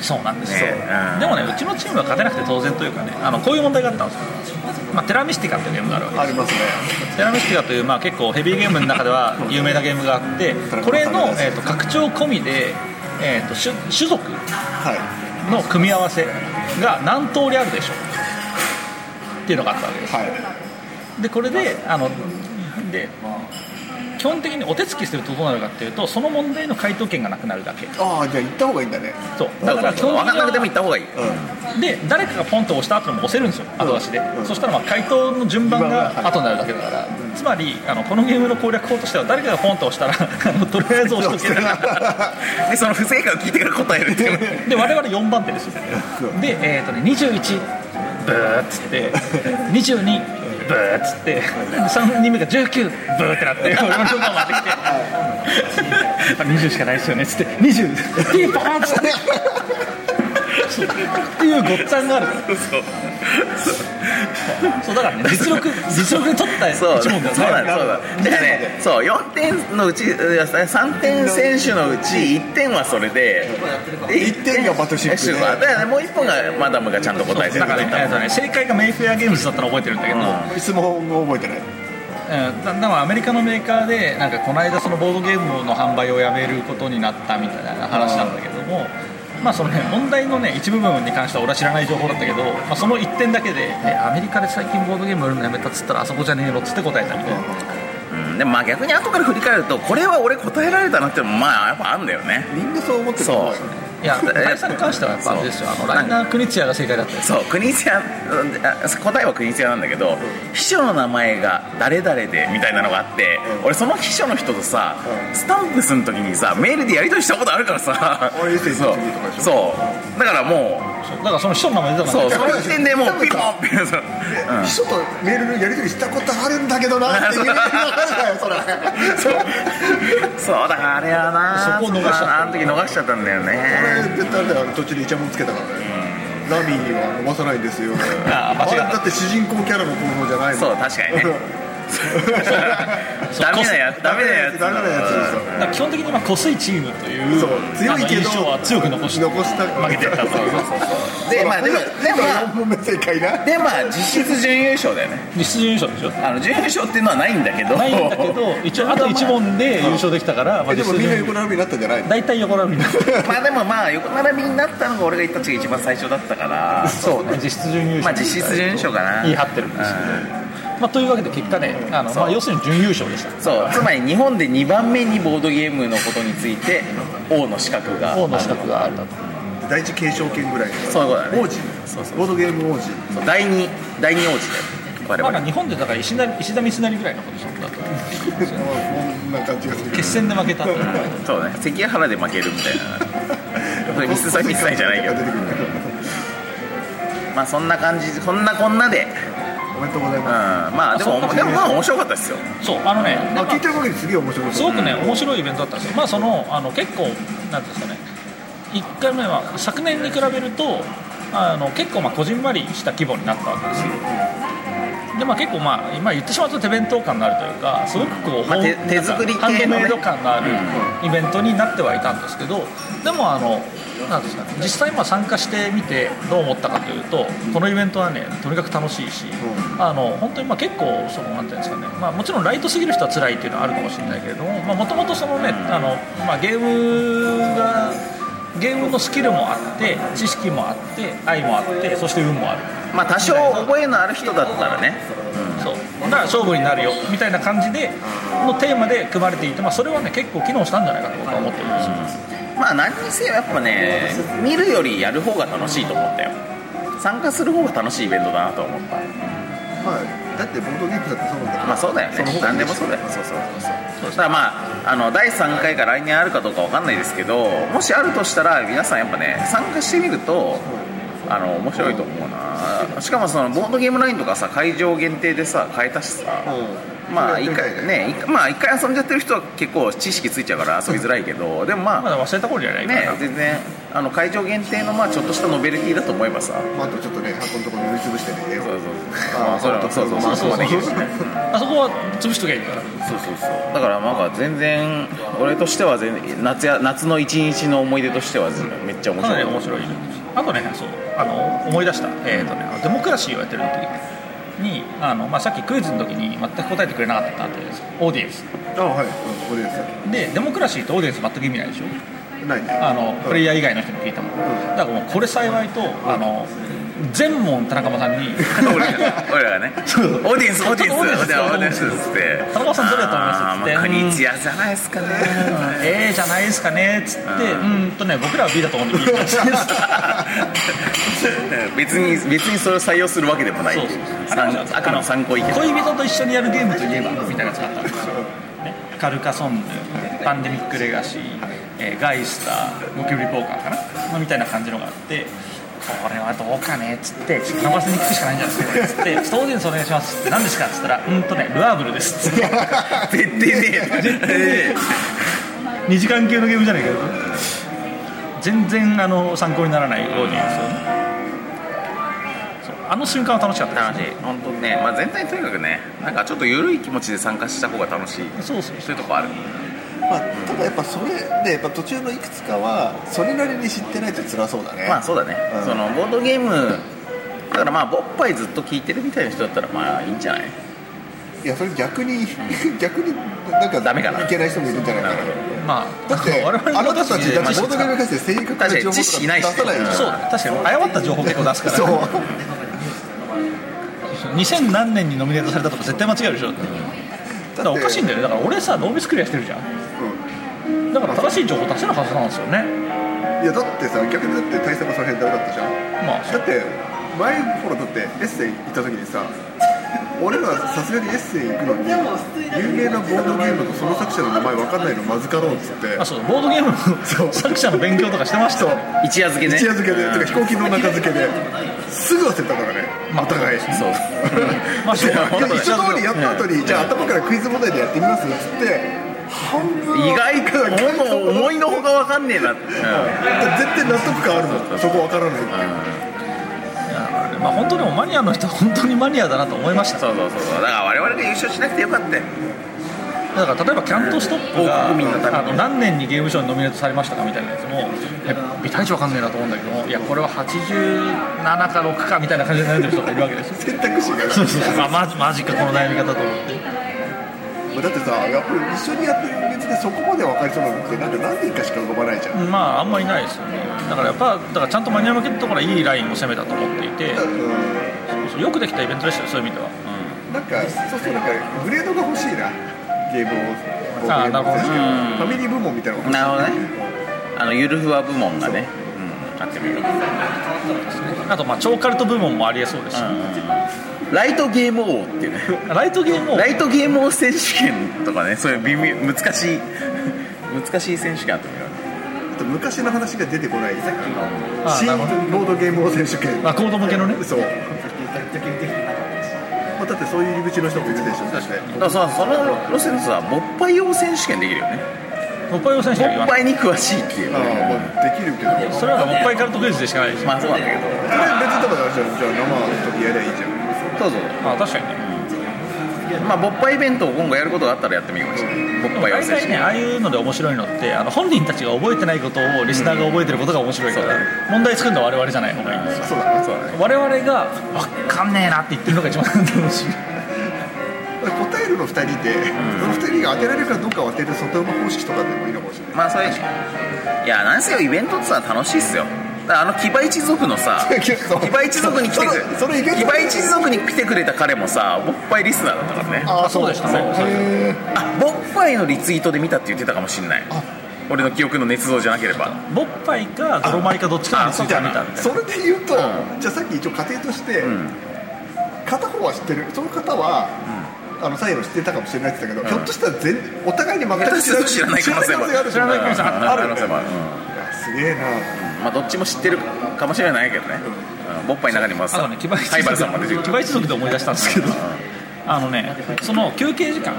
[SPEAKER 3] そうなんですよ、
[SPEAKER 2] ねうん
[SPEAKER 3] でもねうちのチームは勝てなくて当然というかねあのこういう問題があったんですよ、まあ、テラミスティカっていうゲームがあるわけで
[SPEAKER 4] ありますね
[SPEAKER 3] すテラミスティカという、まあ、結構ヘビーゲームの中
[SPEAKER 2] *laughs*
[SPEAKER 3] では有名なゲームがあってこれの、えー、と拡張込みで、えー、と種種族
[SPEAKER 4] はい
[SPEAKER 3] の組み合わせが何通りあるでしょうっていうのがあったわけです
[SPEAKER 4] は
[SPEAKER 3] でこれであので基本的にお手つきするとどうなるかっていうとその問題の回答権がなくなるだけ
[SPEAKER 4] いああじゃあ行った方がいいんだね
[SPEAKER 3] そう
[SPEAKER 2] だか
[SPEAKER 3] だからら
[SPEAKER 2] 分
[SPEAKER 3] 基本的
[SPEAKER 2] かんなくても
[SPEAKER 3] に
[SPEAKER 2] 行った方がいい
[SPEAKER 4] うん
[SPEAKER 3] はで誰かがポンと押した後でも押せるんですよ後出しで、
[SPEAKER 4] うん
[SPEAKER 3] そしたらまあ回答の順番
[SPEAKER 4] 順番
[SPEAKER 3] が
[SPEAKER 4] が
[SPEAKER 3] 後になるだけだから、つまりあのこのゲームの攻略法としては誰かがポンと押したら *laughs* あのとりあえず押しとける
[SPEAKER 2] でその不正解を聞いてから答えるっていう
[SPEAKER 3] で我々4番手ですよ
[SPEAKER 4] う
[SPEAKER 3] でえっ、とね21ブーっつって22ブーっつって3人目が19ブーってなって俺の4番まで来て「あ20しかないですよね」っつって「20ピンポーン!」っつってそうっていうごっちゃんがあるからそうだからね実力実力で取った
[SPEAKER 2] そう
[SPEAKER 3] 一
[SPEAKER 2] そうそうな
[SPEAKER 3] 問だよ
[SPEAKER 2] んだ
[SPEAKER 3] ね
[SPEAKER 2] そうなんだだからねそう4点のうち3点選手のうち1点はそれで
[SPEAKER 4] 1点がバトルシップで
[SPEAKER 2] だからねもう1本がマダムがちゃんと答えて
[SPEAKER 3] だ
[SPEAKER 2] る
[SPEAKER 3] からね,、えーとね正解がメイフェアゲームズだったの覚えてるんだけど、
[SPEAKER 4] 質問を覚えてない
[SPEAKER 3] うん、だだからアメリカのメーカーでなんかこの間そのボードゲームの販売をやめることになったみたいな話なんだけどもまあそのね問題のね一部分に関しては俺は知らない情報だったけど、まあ、その一点だけで、ね、アメリカで最近ボードゲーム売るのやめたっつったらあそこじゃねえのっつって答えたみたいな
[SPEAKER 2] うんでもまあ逆に後から振り返るとこれは俺答えられたなっていうのもまあやっぱあんだよね
[SPEAKER 4] みんなそう思ってると思よ
[SPEAKER 2] そう
[SPEAKER 3] いや大佐に関してはやっぱあれですよあのライナー・クニチアが正解だったよ
[SPEAKER 2] そう国津屋うんあ答えは国津屋なんだけど秘書の名前が誰々でみたいなのがあって
[SPEAKER 4] うん
[SPEAKER 2] 俺その秘書の人とさ
[SPEAKER 4] うん
[SPEAKER 2] スタンプする時にさメールでやり取りしたことあるからさ
[SPEAKER 4] 俺いついついついつ
[SPEAKER 2] そ
[SPEAKER 4] いついついつ
[SPEAKER 2] うそうだからも
[SPEAKER 3] そうだからその人の名前出
[SPEAKER 2] う
[SPEAKER 3] たか
[SPEAKER 2] そう
[SPEAKER 3] ら
[SPEAKER 2] その時点でもうピンポンピンポ *laughs* ン
[SPEAKER 4] 秘書とメールのやり取りしたことあるんだけ
[SPEAKER 2] *laughs*
[SPEAKER 4] どなって言えなかよそれ
[SPEAKER 2] そうそうだからあれやな
[SPEAKER 3] そこを逃しちゃった
[SPEAKER 2] あの時逃しちゃったんだよね
[SPEAKER 4] 俺絶対あれだよ途中でイチャモンつけたからねラミーには飲まさないんですよ
[SPEAKER 3] あー間違えた
[SPEAKER 4] あれだって主人公キャラの候補じゃないもん
[SPEAKER 2] そう確かにねダメなやつ
[SPEAKER 4] *laughs*
[SPEAKER 2] ダメなやつ
[SPEAKER 4] ダメなやつでした
[SPEAKER 3] だから基本的にまあ濃いチームという
[SPEAKER 4] そう強いけど
[SPEAKER 3] あの印象は強く残して
[SPEAKER 4] 残した
[SPEAKER 3] 負けてったと
[SPEAKER 2] でまあでもでもま
[SPEAKER 4] 4本目正解な
[SPEAKER 2] あでもまあ実質準優勝だよね
[SPEAKER 3] 実質優勝でしょ
[SPEAKER 2] あの準優勝っていうのはないんだけど
[SPEAKER 3] ないんだけど *laughs* 一応あと1問で優勝できたからまあ
[SPEAKER 4] えで
[SPEAKER 3] 実
[SPEAKER 4] も
[SPEAKER 3] 質
[SPEAKER 4] みんな
[SPEAKER 3] 優
[SPEAKER 4] 横
[SPEAKER 3] 勝
[SPEAKER 4] 並びになったんじゃないの
[SPEAKER 3] 大体横並びになる
[SPEAKER 2] まあでもまあ横並びになったのが俺が言った時が一番最初だった
[SPEAKER 3] *laughs*
[SPEAKER 2] からそうね
[SPEAKER 3] 実質準優勝
[SPEAKER 2] まあ実質準優勝かな
[SPEAKER 3] 言い張ってるんですけど、まあ、というわけで結果ねあの、まあ、要するに準優勝でした
[SPEAKER 2] そうつまり日本で2番目にボードゲームのことについて王の資格が
[SPEAKER 3] 王の資格があるだと
[SPEAKER 4] 第一継承権ぐらい
[SPEAKER 2] そういうことだね
[SPEAKER 4] 王子ボードゲーム王子
[SPEAKER 2] そう第2第2王子だよ我
[SPEAKER 3] ま
[SPEAKER 2] 々
[SPEAKER 3] あ、日本でだから石田石田三成ぐらいのことしょだと
[SPEAKER 4] こんな感じがする
[SPEAKER 3] 決戦で負けたと
[SPEAKER 2] そうね関ヶ原で負けるみたいなこれミスさんミスさんじゃないけど
[SPEAKER 4] 出てくる
[SPEAKER 2] まあそんな感じこんなこんなで
[SPEAKER 4] おめでとうござい
[SPEAKER 2] うん
[SPEAKER 4] ます
[SPEAKER 2] まあでも
[SPEAKER 3] あそっか
[SPEAKER 2] でもまあ面白かったですよ
[SPEAKER 3] そうあのね
[SPEAKER 4] まあ聞いてる限りすげえ面白い
[SPEAKER 3] すごくね面白いイベントだったんですよまあそのあの結構なんていうんですかね1回目は昨年に比べるとあの結構まあこじんまりした規模になったわけですよでまあ、結構まあ今言ってしまうと手弁当感があるというかすごくこう、
[SPEAKER 2] まあ手
[SPEAKER 3] ほん
[SPEAKER 2] 手作り系の
[SPEAKER 3] ハン
[SPEAKER 2] ね
[SPEAKER 3] ドメイド感があるイベントになってはいたんですけどでもあのなんですかね実際今参加してみてどう思ったかというとこのイベントはねとにかく楽しいし、
[SPEAKER 4] う
[SPEAKER 3] あの本当にまあ結構そのなんていうんですかね、まあ、もちろんライトすぎる人は辛いっていうのはあるかもしれないけれどももともとそのねあの、まあ、ゲームがゲームのスキルもあって知識もあって愛もあってそして運もある
[SPEAKER 2] まあ多少覚えのある人だったらね
[SPEAKER 3] そうだから勝負になるよみたいな感じでのテーマで組まれていて、まあ、それはね結構機能したんじゃないかと僕は思ってるんですよ
[SPEAKER 2] まあ何にせよやっぱね見るよりやる方が楽しいと思ったよ参加する方が楽しいイベントだなと思った
[SPEAKER 4] まあだってボードゲームだってそうなんだから
[SPEAKER 2] まあそうだよ
[SPEAKER 4] その
[SPEAKER 2] ね
[SPEAKER 4] 方が
[SPEAKER 2] 何でもそうだよそうそうそうそうだからまああの第3回が来年あるかどうかわかんないですけどもしあるとしたら皆さんやっぱね参加してみるとあの面白いと思うなしかもそのボードゲームラインとかさ会場限定でさ変えたしさ
[SPEAKER 4] うん
[SPEAKER 2] まあ
[SPEAKER 4] それ
[SPEAKER 2] 一
[SPEAKER 4] やってみたい
[SPEAKER 2] 回ね一回まあ一回遊んじゃってる人は結構知識ついちゃうから遊びづらいけどでもまあ
[SPEAKER 3] まだ忘れた頃じゃないか
[SPEAKER 2] ね
[SPEAKER 3] な、
[SPEAKER 2] 全然あの会場限定のまあちょっとしたノベルティだと思えばさ
[SPEAKER 4] まああとちょっとね箱のところ塗りつぶしてね絵を
[SPEAKER 2] そうそう
[SPEAKER 4] あー
[SPEAKER 2] そうそうそうそう
[SPEAKER 4] ま
[SPEAKER 2] そ
[SPEAKER 4] あ
[SPEAKER 2] うそうそうそうそう
[SPEAKER 3] あそこは潰しときゃいいから
[SPEAKER 2] だからなんか全然俺としては全然夏や夏の一日の思い出としてはめっちゃ面
[SPEAKER 3] か
[SPEAKER 2] 白
[SPEAKER 3] なり
[SPEAKER 2] い
[SPEAKER 3] 面白いイベントですあとねそうあの思い出した、えーとね、あのデモクラシーをやってる時にあの、まあ、さっきクイズの時に全く答えてくれなかったっていうオーディエンス
[SPEAKER 4] あはいうんここです
[SPEAKER 3] でデモクラシーってオーディエンス全く意味ないでしょ
[SPEAKER 4] ないね
[SPEAKER 3] あのプレイ
[SPEAKER 4] ヤ
[SPEAKER 3] ヤー以外の人に聞いたもんだからもうこれ幸いとあの全問田中間さんに
[SPEAKER 2] 俺ら *laughs* 俺らがねオーディエンスオーディエンスオーディエンスオーディエンスっつって
[SPEAKER 3] 田中さんどれだと思います
[SPEAKER 2] あーまあクリーチアじゃないですかね
[SPEAKER 3] ええじゃないですかねっつってうんとね僕らは B だと思うんで B だそう
[SPEAKER 2] 別に別にそれを採用するわけでもない
[SPEAKER 3] そう
[SPEAKER 2] さんあくまで参考意見
[SPEAKER 3] 恋人と一緒にやるゲームといえばみたいなやつがあったんですよ、ね、カルカソンヌパンデミックレガシー、えーガイスターゴキブリポーカーかな、まあ、みたいな感じのがあってこれはどうかねっつってちょっと生瀬に聞くしかないんじゃないですかこれっ *laughs* つって「当然お願いします」って「何ですか?」っつったら「うんとねルアーブル *laughs* です」っつって
[SPEAKER 2] 絶対ね
[SPEAKER 3] *laughs*
[SPEAKER 2] え
[SPEAKER 3] 2時間級のゲームじゃないけど全然あの参考にならないオーディエンスをそうあの瞬間は楽しかった
[SPEAKER 2] 楽しい本当にねまあ全体とにかくねなんかちょっと緩い気持ちで参加した方が楽しい
[SPEAKER 3] そうそう
[SPEAKER 2] そういうとこある
[SPEAKER 4] まあただやっぱそれでやっぱ途中のいくつかはそれなりに知ってないと辛そうだね
[SPEAKER 2] まあそうだね、
[SPEAKER 4] うん
[SPEAKER 2] そのボードゲームだからまあボッパイずっと聞いてるみたいな人だったらまあいいんじゃない
[SPEAKER 4] いやそれ逆に逆になんか
[SPEAKER 2] ダメかない
[SPEAKER 4] けない人もいるんじゃないかな
[SPEAKER 3] まあ
[SPEAKER 4] だ
[SPEAKER 3] だ
[SPEAKER 4] っ
[SPEAKER 3] から
[SPEAKER 4] て
[SPEAKER 3] 我々
[SPEAKER 4] あなたたちだって
[SPEAKER 2] まあ
[SPEAKER 4] ボードゲームに関して正確な
[SPEAKER 2] 確
[SPEAKER 4] 情報とか出
[SPEAKER 2] かに知識ないし
[SPEAKER 4] さないでしょ
[SPEAKER 3] そう確かに誤った情報結構出すから、
[SPEAKER 4] そう
[SPEAKER 3] 2000何年にノミネートされたとか絶対間違えるでしょただおかしいんだよねだから俺さノーミスクリアしてるじゃんだから正しい情報出せるはずなんですよね
[SPEAKER 4] いやだってさ逆にだって対策もその辺ダメだったじゃん
[SPEAKER 3] まあ
[SPEAKER 4] だって前ほらだってエッセイ行った時にさ俺らさすがにエッセイ行くのに有名なボードゲームとその作者の名前わかんないのまずかろうっつって
[SPEAKER 3] あそうボードゲームの作者の勉強とかしてました
[SPEAKER 4] そう
[SPEAKER 2] 一夜漬けね
[SPEAKER 4] 一夜漬けで、
[SPEAKER 2] うん
[SPEAKER 4] てか飛行機の中漬けですぐ忘れたからね、
[SPEAKER 3] まあ
[SPEAKER 4] お互い
[SPEAKER 2] そう
[SPEAKER 3] まあしょうが
[SPEAKER 4] で
[SPEAKER 3] ない
[SPEAKER 4] 一通りやった後に、じゃあ頭からクイズ問題でやってみますっつって半分
[SPEAKER 2] 意外か
[SPEAKER 4] 意外と
[SPEAKER 2] もう思いのほかわかんねえな、うん
[SPEAKER 4] 絶対納得感あるもんそこわからないっていう
[SPEAKER 3] いや
[SPEAKER 2] ね
[SPEAKER 3] まあ、本当でもマニアの人は本当にマニアだなと思いました
[SPEAKER 2] そうそうそうそうだから我々が優勝しなくてよかったよ
[SPEAKER 3] だから例えばキャントストップが
[SPEAKER 2] 国民のために
[SPEAKER 3] あの何年にゲームショーにノミネートされましたかみたいなやつもいやビタリチわかんねえなと思うんだけどもいやこれは87か6かみたいな感じで悩んでる人がいるわけですよ
[SPEAKER 4] 選択肢がない
[SPEAKER 3] そうそうそうあマジマジかこの悩み方と思って
[SPEAKER 4] まあだってさやっぱり一緒にやってる別でそこまで分かりそうなのってなんか何人かしか動かないじゃん
[SPEAKER 3] まああんまりないですよねだからやっぱだからちゃんとマニア向けのところはいいラインを攻めたと思っていて
[SPEAKER 4] うん
[SPEAKER 3] そうそうよくできたイベントでしたよそういう意味では
[SPEAKER 4] なんかそうそうなんかグレードが欲しいなゲームを
[SPEAKER 3] あーなるほど
[SPEAKER 4] フ
[SPEAKER 3] ね
[SPEAKER 4] ァミリー部門みたいなのが
[SPEAKER 2] なるほど
[SPEAKER 4] 欲しい
[SPEAKER 2] ねあのゆるふわ部門がねうんあってもいいよ
[SPEAKER 3] あとまあ超カルト部門もありえそうですし、
[SPEAKER 2] ライトゲーム王っていうね
[SPEAKER 3] ライトゲームを
[SPEAKER 2] ライトゲーム王選手権とかねそういう微妙難しい *laughs* 難しい選手権あってもいいよ
[SPEAKER 4] あと昔の話が出てこないさっきの
[SPEAKER 3] あー
[SPEAKER 4] 新
[SPEAKER 3] なるほど
[SPEAKER 4] ボードゲーム王選手権
[SPEAKER 3] まあコード向けのね
[SPEAKER 4] そうまあだってそういう入り口の人もいるでしょ確かに
[SPEAKER 2] だからさその路線のさ勃発王選手権できるよね
[SPEAKER 3] もっぱいを選手が言わ
[SPEAKER 2] 勃
[SPEAKER 3] ない
[SPEAKER 2] 発に詳しいっていう
[SPEAKER 4] まあ
[SPEAKER 2] ね
[SPEAKER 4] まあできるけどこれ別
[SPEAKER 3] それはもっぱいカルトクイズでしかないですよ
[SPEAKER 2] まあそうなんだけど
[SPEAKER 4] にとこだじゃあじゃあ生の時やりゃいいじゃん
[SPEAKER 2] そうそう
[SPEAKER 3] まあ確かにね
[SPEAKER 2] まあ勃発イベントを今後やることがあったらやってもいいかもしれない勃発王
[SPEAKER 3] 大
[SPEAKER 2] 選手
[SPEAKER 3] 体ね
[SPEAKER 2] 権
[SPEAKER 3] ああいうので面白いのってあの本人たちが覚えてないことをリスナーが覚えてることが面白いから、問題作るのは我々じゃない方がいいんですよ
[SPEAKER 4] そうだね
[SPEAKER 2] そうだね
[SPEAKER 3] 我々が「分かんねえな」って言ってるのが一番楽しい
[SPEAKER 4] 答えるの2人で、その2人が当てられるかどうかを当てる外馬方式とかでもいいのかもしれない
[SPEAKER 2] まあそういういやなんせよイベントってさ楽しいっすよだからあの騎馬一族の
[SPEAKER 4] *laughs*
[SPEAKER 2] さ騎馬一族に来てくれ
[SPEAKER 4] それそれいける
[SPEAKER 2] 騎馬一族に来てくれた彼もさ勃発リスナーだったからね
[SPEAKER 4] ああ
[SPEAKER 3] そうでしたね
[SPEAKER 4] へえ
[SPEAKER 2] あ勃発のリツイートで見たって言ってたかもしんない俺の記憶の捏造じゃなければ
[SPEAKER 3] ボッパイかゾロマイかどっちかについてみたみたい
[SPEAKER 4] それで言うと、じゃあさっき一応仮定として、片方は知ってるその方は、あの最後知ってたかもしれないって言ってたけど、ひょっとしたら全お互いに全く
[SPEAKER 2] 私と知らない可能性も
[SPEAKER 4] 知らない可能性がある
[SPEAKER 3] 知らない可能性あ
[SPEAKER 4] るある
[SPEAKER 2] 可能性もある
[SPEAKER 4] いやすげえな
[SPEAKER 2] まあどっちも知ってるかもしれないけどねうん勃発の中にも
[SPEAKER 3] あ
[SPEAKER 2] さ
[SPEAKER 3] とね騎馬一
[SPEAKER 2] 灰原さんも出て
[SPEAKER 3] 族
[SPEAKER 2] く
[SPEAKER 3] 騎
[SPEAKER 2] る
[SPEAKER 3] 馬一族で思い出したんですけどあのねその休憩時間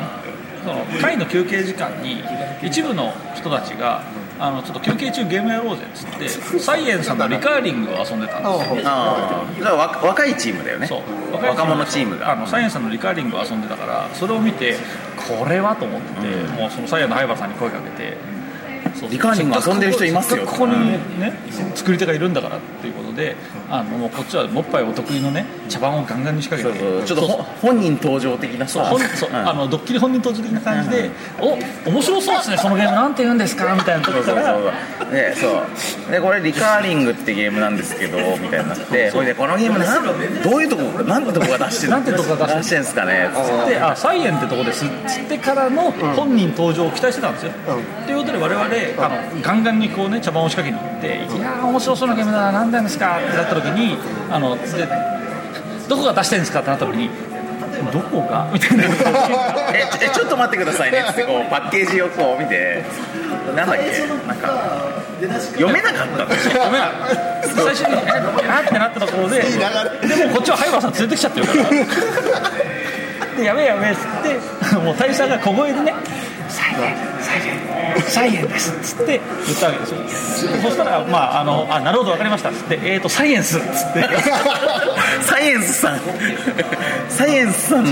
[SPEAKER 3] その会の休憩時間に一部の人たちがあのちょっと休憩中ゲームやろうぜっつってサイエンさんのリカーリングを遊んでたんですよ
[SPEAKER 2] ああだから若若いチームだよね
[SPEAKER 3] そう
[SPEAKER 2] 若者チーム
[SPEAKER 3] あ
[SPEAKER 2] が
[SPEAKER 3] のサイエンさんのリカーリングを遊んでたからそれを見てこれはと思ってて、もうそのサイエンの灰原さんに声かけて、そう
[SPEAKER 2] リカーリング遊んでる人いますよ
[SPEAKER 3] せっかくここにね、作り手がいるんだからっていうことであのもうこっちはもっぱいお得意のね茶番をガンガンに仕
[SPEAKER 2] そ
[SPEAKER 3] 掛
[SPEAKER 2] うそ
[SPEAKER 3] け
[SPEAKER 2] う
[SPEAKER 3] て
[SPEAKER 2] ちょっとほ本人登場的な
[SPEAKER 3] そう
[SPEAKER 2] さ
[SPEAKER 3] 本そう
[SPEAKER 2] うん
[SPEAKER 3] あのドッキリ本人登場的な感じで、お面白そうですねそのゲームなんて言うんですかみたいなとこ
[SPEAKER 2] そう
[SPEAKER 3] ろ
[SPEAKER 2] そ
[SPEAKER 3] か
[SPEAKER 2] う
[SPEAKER 3] ら
[SPEAKER 2] そうでそうでこれリカーリングってゲームなんですけどみたいになってこれでこのゲームなんどういうとこなんてとこが出してる
[SPEAKER 3] なんてとこが出して
[SPEAKER 2] 出して
[SPEAKER 3] る
[SPEAKER 2] んすかねつって
[SPEAKER 3] であサイエンってとこですっつってからの本人登場を期待してたんですよ、
[SPEAKER 4] う
[SPEAKER 3] ということで我々あのガンガンにこうね茶番を仕掛けに行って「いやー面白そうなゲームだな何なんですか?」ってなった時にあのでどこが出してるんですかってなった時に「どこが?」みたいな
[SPEAKER 2] えちえちょっと待ってください *laughs* ねっつってこうパッケージをこう見てなんだっけなんか読めなか *laughs* ったんですよ
[SPEAKER 3] ごめん最初に「えなってなったところででもこっちは灰原さん連れてきちゃってるからでやべえやべえっつってもう大佐が小声でね「サイエンサイエンサイエンです」っつって言ったわけですよそしたらまああのあなるほど分かりましたっつって「えーとサイエンス」っつって
[SPEAKER 2] サイエンスさんサイエンスさんの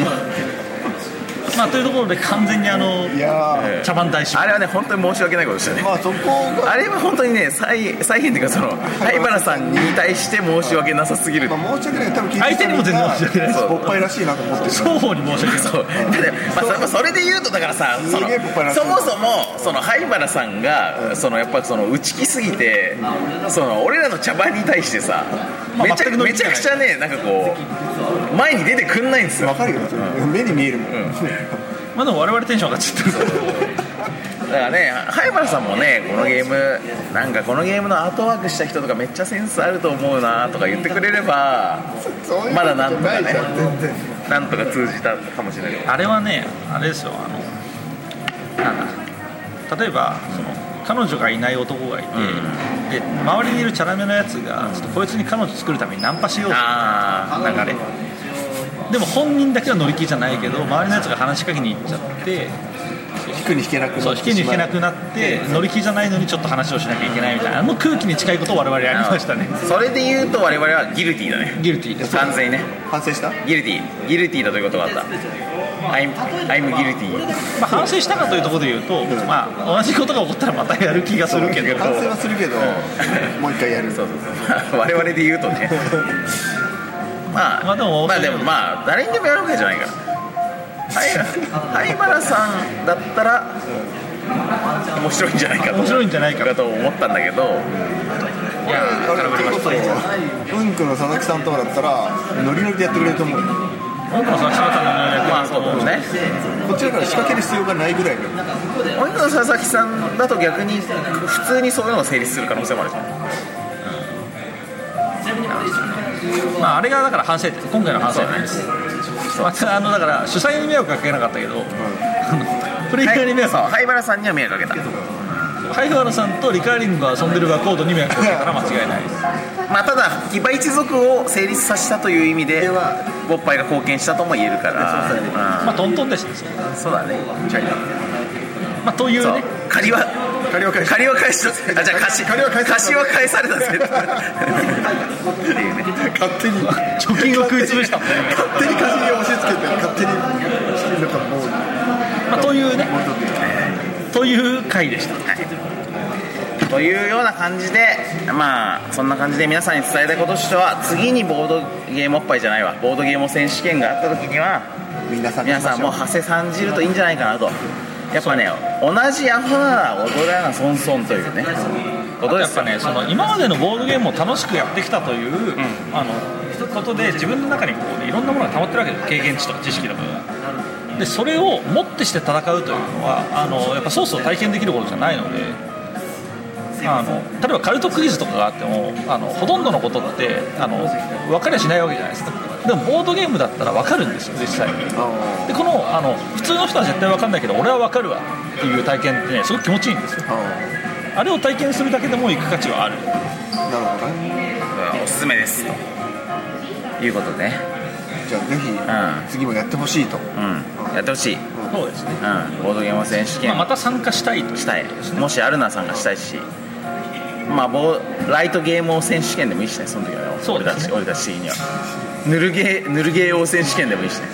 [SPEAKER 3] まあというところで完全にあの
[SPEAKER 4] いやー
[SPEAKER 3] 茶番大師
[SPEAKER 2] あれはね本当に申し訳ないことでしたね
[SPEAKER 4] まあそこが、
[SPEAKER 2] あれは本当にね再再現っていうかその灰原さんに対して申し訳なさすぎる
[SPEAKER 4] まあ、申し訳ない多分聞いて
[SPEAKER 3] 相手にも全然申し訳ない
[SPEAKER 4] ぼっぱいらしいなと思ってる
[SPEAKER 3] 双方に申し訳ない
[SPEAKER 2] そうだってまあそれまあ、それで言うとだからさそ
[SPEAKER 4] す
[SPEAKER 2] の
[SPEAKER 4] げえポッパラス
[SPEAKER 2] そもそもその灰原さんがそのやっぱりその打ちきすぎてその俺らの茶番に対してさ
[SPEAKER 3] まあ
[SPEAKER 2] めちゃ
[SPEAKER 3] 全く乗り
[SPEAKER 2] め
[SPEAKER 3] 切
[SPEAKER 2] ち
[SPEAKER 3] ら
[SPEAKER 2] ゃ
[SPEAKER 3] ない
[SPEAKER 2] くちゃねなんかこう前に出てくんないんですよ
[SPEAKER 4] わかるよそれ目に見えるもん、
[SPEAKER 3] まあでも我々テンション上がっちゃってるから
[SPEAKER 2] だからね灰原さんもねこのゲームなんかこのゲームのアートワークした人とかめっちゃセンスあると思うなとか言ってくれれば
[SPEAKER 4] そういうこと
[SPEAKER 2] まだなんとか
[SPEAKER 4] ない
[SPEAKER 2] ね
[SPEAKER 4] じゃん全然
[SPEAKER 2] なんとか通じたかもしれないけど
[SPEAKER 3] あれはねあれですよあのなんだ例えばその彼女がいない男がいて、で周りにいるチャラめのやつがちょっとこいつに彼女作るためにナンパしようと
[SPEAKER 2] ああ
[SPEAKER 3] 流れでも本人だけは乗り気じゃないけど周りのやつが話しかけに行っちゃってそう
[SPEAKER 2] 引くに引けなく
[SPEAKER 3] そ
[SPEAKER 2] な
[SPEAKER 3] う
[SPEAKER 2] っ
[SPEAKER 3] 引き
[SPEAKER 2] て
[SPEAKER 3] に
[SPEAKER 2] し
[SPEAKER 3] 引
[SPEAKER 2] まう
[SPEAKER 3] けなくなって乗り気じゃないのにちょっと話をしなきゃいけないみたいなあの空気に近いことを我々やりましたね
[SPEAKER 2] それで言うと我々はギルティーだね
[SPEAKER 3] ギルティ
[SPEAKER 4] いやそう
[SPEAKER 2] 完全にね
[SPEAKER 4] 反省した
[SPEAKER 2] ギルティーギルティーだということがあった I'm, I'm ギルティー
[SPEAKER 3] まあ、反省したかというところで言うと、まあ、同じことが起こったらまたやる気がするけど
[SPEAKER 4] 反省はするけどもう一回やる
[SPEAKER 2] そうそうそう我々で言うとねまあ
[SPEAKER 3] まあでも
[SPEAKER 2] まあでもまあ誰にでもやるわけじゃないからはい灰原さんだったら面白いんじゃないかと
[SPEAKER 3] 面白いんじゃないか
[SPEAKER 2] と思ったんだけどいや
[SPEAKER 4] あれ
[SPEAKER 2] 空振りました
[SPEAKER 4] 結構そううんこの佐々木さんとかだったらノリノリでやってくれると思うよ
[SPEAKER 3] 僕もその柴田の能力
[SPEAKER 2] ま
[SPEAKER 3] は
[SPEAKER 2] あそうですね
[SPEAKER 4] こっちだから仕掛ける必要がないぐらいの
[SPEAKER 2] お肉の佐々木さんだと逆に普通にそういうのが成立する可能性もあるじゃん
[SPEAKER 3] まあ、あれがだから反省点今回の反省点ですまたあのだから主催に迷惑かけなかったけど、プレイヤーに迷惑
[SPEAKER 2] そう灰原さんには迷惑かけた
[SPEAKER 3] ハイファラさんとリカーリングが遊んでるバーコードに迷惑かけたら間違いないです
[SPEAKER 2] まあただ騎馬一族を成立させたという意味でボッパイが貢献したとも言えるから
[SPEAKER 4] そうそうそ
[SPEAKER 2] ま
[SPEAKER 4] う
[SPEAKER 3] まあトントンでしたねそれ
[SPEAKER 2] あそうだね
[SPEAKER 3] まあという
[SPEAKER 2] そう
[SPEAKER 3] ね
[SPEAKER 2] 借りは
[SPEAKER 4] 借りは返し
[SPEAKER 2] 借りは返しとあじゃあ貸し
[SPEAKER 4] 借りは返された
[SPEAKER 2] 貸しは返されたぜっていうね
[SPEAKER 4] 勝手に
[SPEAKER 3] 貯金を食い潰したもんね
[SPEAKER 4] 勝手に貸しに押し付けて勝手になんかもう
[SPEAKER 3] まあというね
[SPEAKER 4] もうちょっと
[SPEAKER 3] という回でした
[SPEAKER 2] というような感じでまあそんな感じで皆さんに伝えたいこととしては次にボードゲームおっぱいじゃないわボードゲーム選手権があった時には
[SPEAKER 4] 皆さん
[SPEAKER 2] 皆さんもう長谷さんじるといいんじゃないかなとやっぱね同じアホなら踊らなそんそんというねことで
[SPEAKER 3] やっ
[SPEAKER 2] す
[SPEAKER 3] ぱ
[SPEAKER 2] よ
[SPEAKER 3] ねその今までのボードゲームを楽しくやってきたという、あのことで自分の中にこう、いろんなものが溜まってるわけです経験値とか知識とかがでそれをもってして戦うというのはあのやっぱソースを体験できることじゃないのであの例えばカルトクイズとかがあってもあのほとんどのことってあの分かりゃしないわけじゃないですかでもボードゲームだったら分かるんですよ実際に
[SPEAKER 4] あ
[SPEAKER 3] でこのあの普通の人は絶対分かんないけど俺は分かるわっていう体験ってねすごく気持ちいいんですよ
[SPEAKER 4] ーあ
[SPEAKER 3] あれを体験するだけでも行く価値はある
[SPEAKER 4] ーなるほどね
[SPEAKER 2] おすすめですということでね
[SPEAKER 4] じゃあぜひ次もやってほしいと
[SPEAKER 2] うんやってほしい、うん、
[SPEAKER 3] そうですね
[SPEAKER 2] ボードゲーム選手
[SPEAKER 3] ま
[SPEAKER 2] 権
[SPEAKER 3] あ、また参加したいと
[SPEAKER 2] したいもしあるなら参加したいしまあボーライトゲーム王選手権でもいいしねその時はね
[SPEAKER 3] そう
[SPEAKER 2] 俺
[SPEAKER 3] で
[SPEAKER 2] た
[SPEAKER 3] す
[SPEAKER 2] ち
[SPEAKER 3] ね
[SPEAKER 2] 俺たちにはぬるゲーぬるゲー王選手権でもいいしね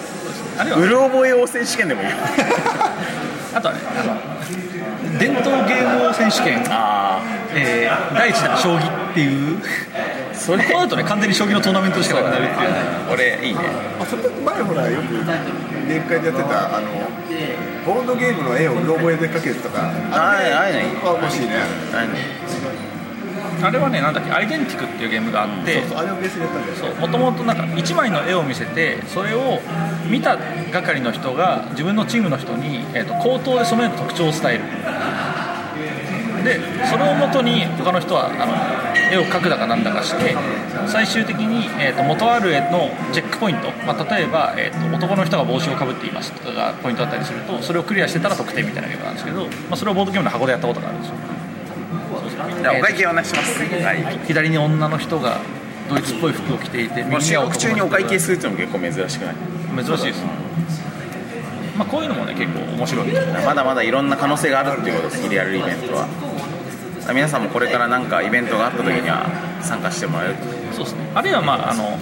[SPEAKER 3] あるいうは
[SPEAKER 2] る覚え王選手権でもいいよ
[SPEAKER 3] あとはねあの伝統ゲーム王選手権、
[SPEAKER 2] あ
[SPEAKER 3] えー第1弾将棋っていう
[SPEAKER 2] あそれ
[SPEAKER 3] こうなるとね完全に将棋のトーナメントしかなくなるっていうね
[SPEAKER 2] 俺いいね
[SPEAKER 4] あそれ前ほらよく年会でやってたあのボードゲームの絵をうろ覚えで描けるとか
[SPEAKER 2] ああいああいない
[SPEAKER 4] あ欲しいね
[SPEAKER 2] ああいうのいい
[SPEAKER 3] あれはねなんだっけアイデンティクっていうゲームがあって
[SPEAKER 4] そうそうあれをベースにやったんだよ
[SPEAKER 3] そうもともとなんか1枚の絵を見せてそれを見た係の人が自分のチームの人に、えー、と口頭でその絵の特徴を伝えるでそれをもとに他の人はあの絵を描くだかなんだかして最終的に、えー、と元ある絵のチェックポイント、まあ、例えば、えー、と男の人が帽子をかぶっていますとかがポイントだったりするとそれをクリアしてたら得点みたいなゲームなんですけど、まあ、それをボードゲームの箱でやったことがあるんですよ
[SPEAKER 2] じゃあお会計お願いしますはい
[SPEAKER 3] 左に女の人がドイツっぽい服を着ていて右に
[SPEAKER 2] も
[SPEAKER 3] は
[SPEAKER 2] う収
[SPEAKER 3] 男の
[SPEAKER 2] 録
[SPEAKER 3] 人
[SPEAKER 2] 中に
[SPEAKER 3] が
[SPEAKER 2] お会計するっていうのも結構珍しくない
[SPEAKER 3] 珍しいですねまあこういうのもね結構面白い
[SPEAKER 2] まだまだいろんな可能性があるっていうことですリアルイベントは皆さんもこれからなんかイベントがあった時には参加してもらえると
[SPEAKER 3] そうですねあるいはまああの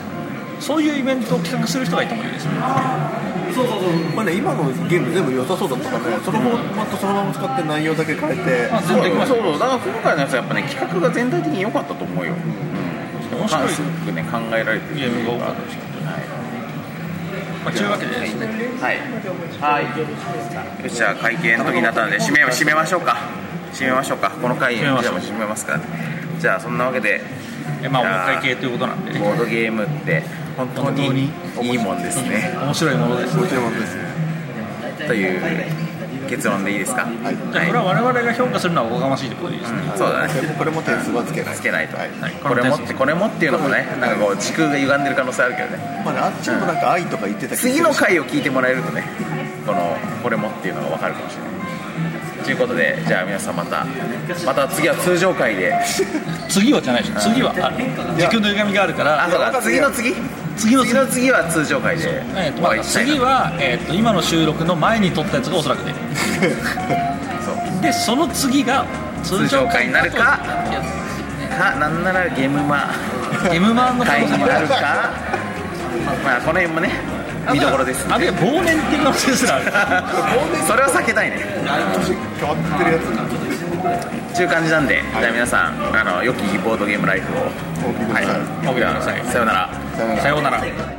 [SPEAKER 3] そういうイベントを企画する人がいてもいいですね
[SPEAKER 4] まあね、今のゲーム全部良さそうだったからね、そのフォーマットそのまま使って内容だけ変えて、
[SPEAKER 3] あ全然
[SPEAKER 2] そう
[SPEAKER 3] 面
[SPEAKER 2] そうだから今回のやつはやっぱね企画が全体的に良かったと思うよ、
[SPEAKER 3] 白い
[SPEAKER 2] すごくね考えられてる
[SPEAKER 3] ゲームが多かったですけどまあというわけでですね
[SPEAKER 2] はいはいよしじゃあ会計の時になったので締め締めましょうか締めましょうかこの回じ
[SPEAKER 3] 締め
[SPEAKER 2] ゃあ
[SPEAKER 3] ましょう
[SPEAKER 2] 締めますからじゃあそんなわけで
[SPEAKER 3] えまあお会計ということなんでね
[SPEAKER 2] ボードゲームって本当にいいもんですね
[SPEAKER 3] 面白いものですね
[SPEAKER 4] もちろんですね。
[SPEAKER 2] という結論でいいですか、
[SPEAKER 4] はい。
[SPEAKER 3] じゃあこれは我々が評価するのはおこがましいということでいいですね、
[SPEAKER 2] そうだね
[SPEAKER 4] でもこれも点数はつけない。
[SPEAKER 2] つけないと、
[SPEAKER 4] はい。
[SPEAKER 3] はい
[SPEAKER 2] これもってこれもっていうのもねなんかこう時空が歪んでる可能性あるけどね
[SPEAKER 4] まあね、あっちもなんか愛とか言ってたけど、
[SPEAKER 2] 次の回を聞いてもらえるとねこのこれもっていうのが分かるかもしれないということでじゃあ皆さんまたまた次は通常回で
[SPEAKER 3] 次はじゃないでしょ次はある時空の歪みがあるか
[SPEAKER 2] あ
[SPEAKER 3] ら
[SPEAKER 2] そうだ次の次
[SPEAKER 3] 次の
[SPEAKER 2] 次の次は通常回で、
[SPEAKER 3] えーと
[SPEAKER 2] まあ
[SPEAKER 3] まあ
[SPEAKER 2] 行きたいな
[SPEAKER 3] 次は、えー、と今の収録の前に撮ったやつがおそら
[SPEAKER 2] *laughs*
[SPEAKER 3] く出るでその次が通常回だと
[SPEAKER 2] 通常回にかなんならゲームマ
[SPEAKER 3] M−1 の可
[SPEAKER 2] 会
[SPEAKER 3] 能
[SPEAKER 2] に
[SPEAKER 3] 性も
[SPEAKER 2] な
[SPEAKER 3] あ
[SPEAKER 2] る
[SPEAKER 3] る
[SPEAKER 2] かまあこの辺もね見どころですんで
[SPEAKER 3] あるいは忘年っていう可能性すらある
[SPEAKER 2] それは避けたいね
[SPEAKER 4] 変わってるやつな
[SPEAKER 2] という感じなんで、じゃあ皆さんあの良きボードゲームライフを
[SPEAKER 4] 大きくな
[SPEAKER 2] はい
[SPEAKER 4] る
[SPEAKER 2] 送ってくださいさようなら
[SPEAKER 4] さよなら
[SPEAKER 3] さようなら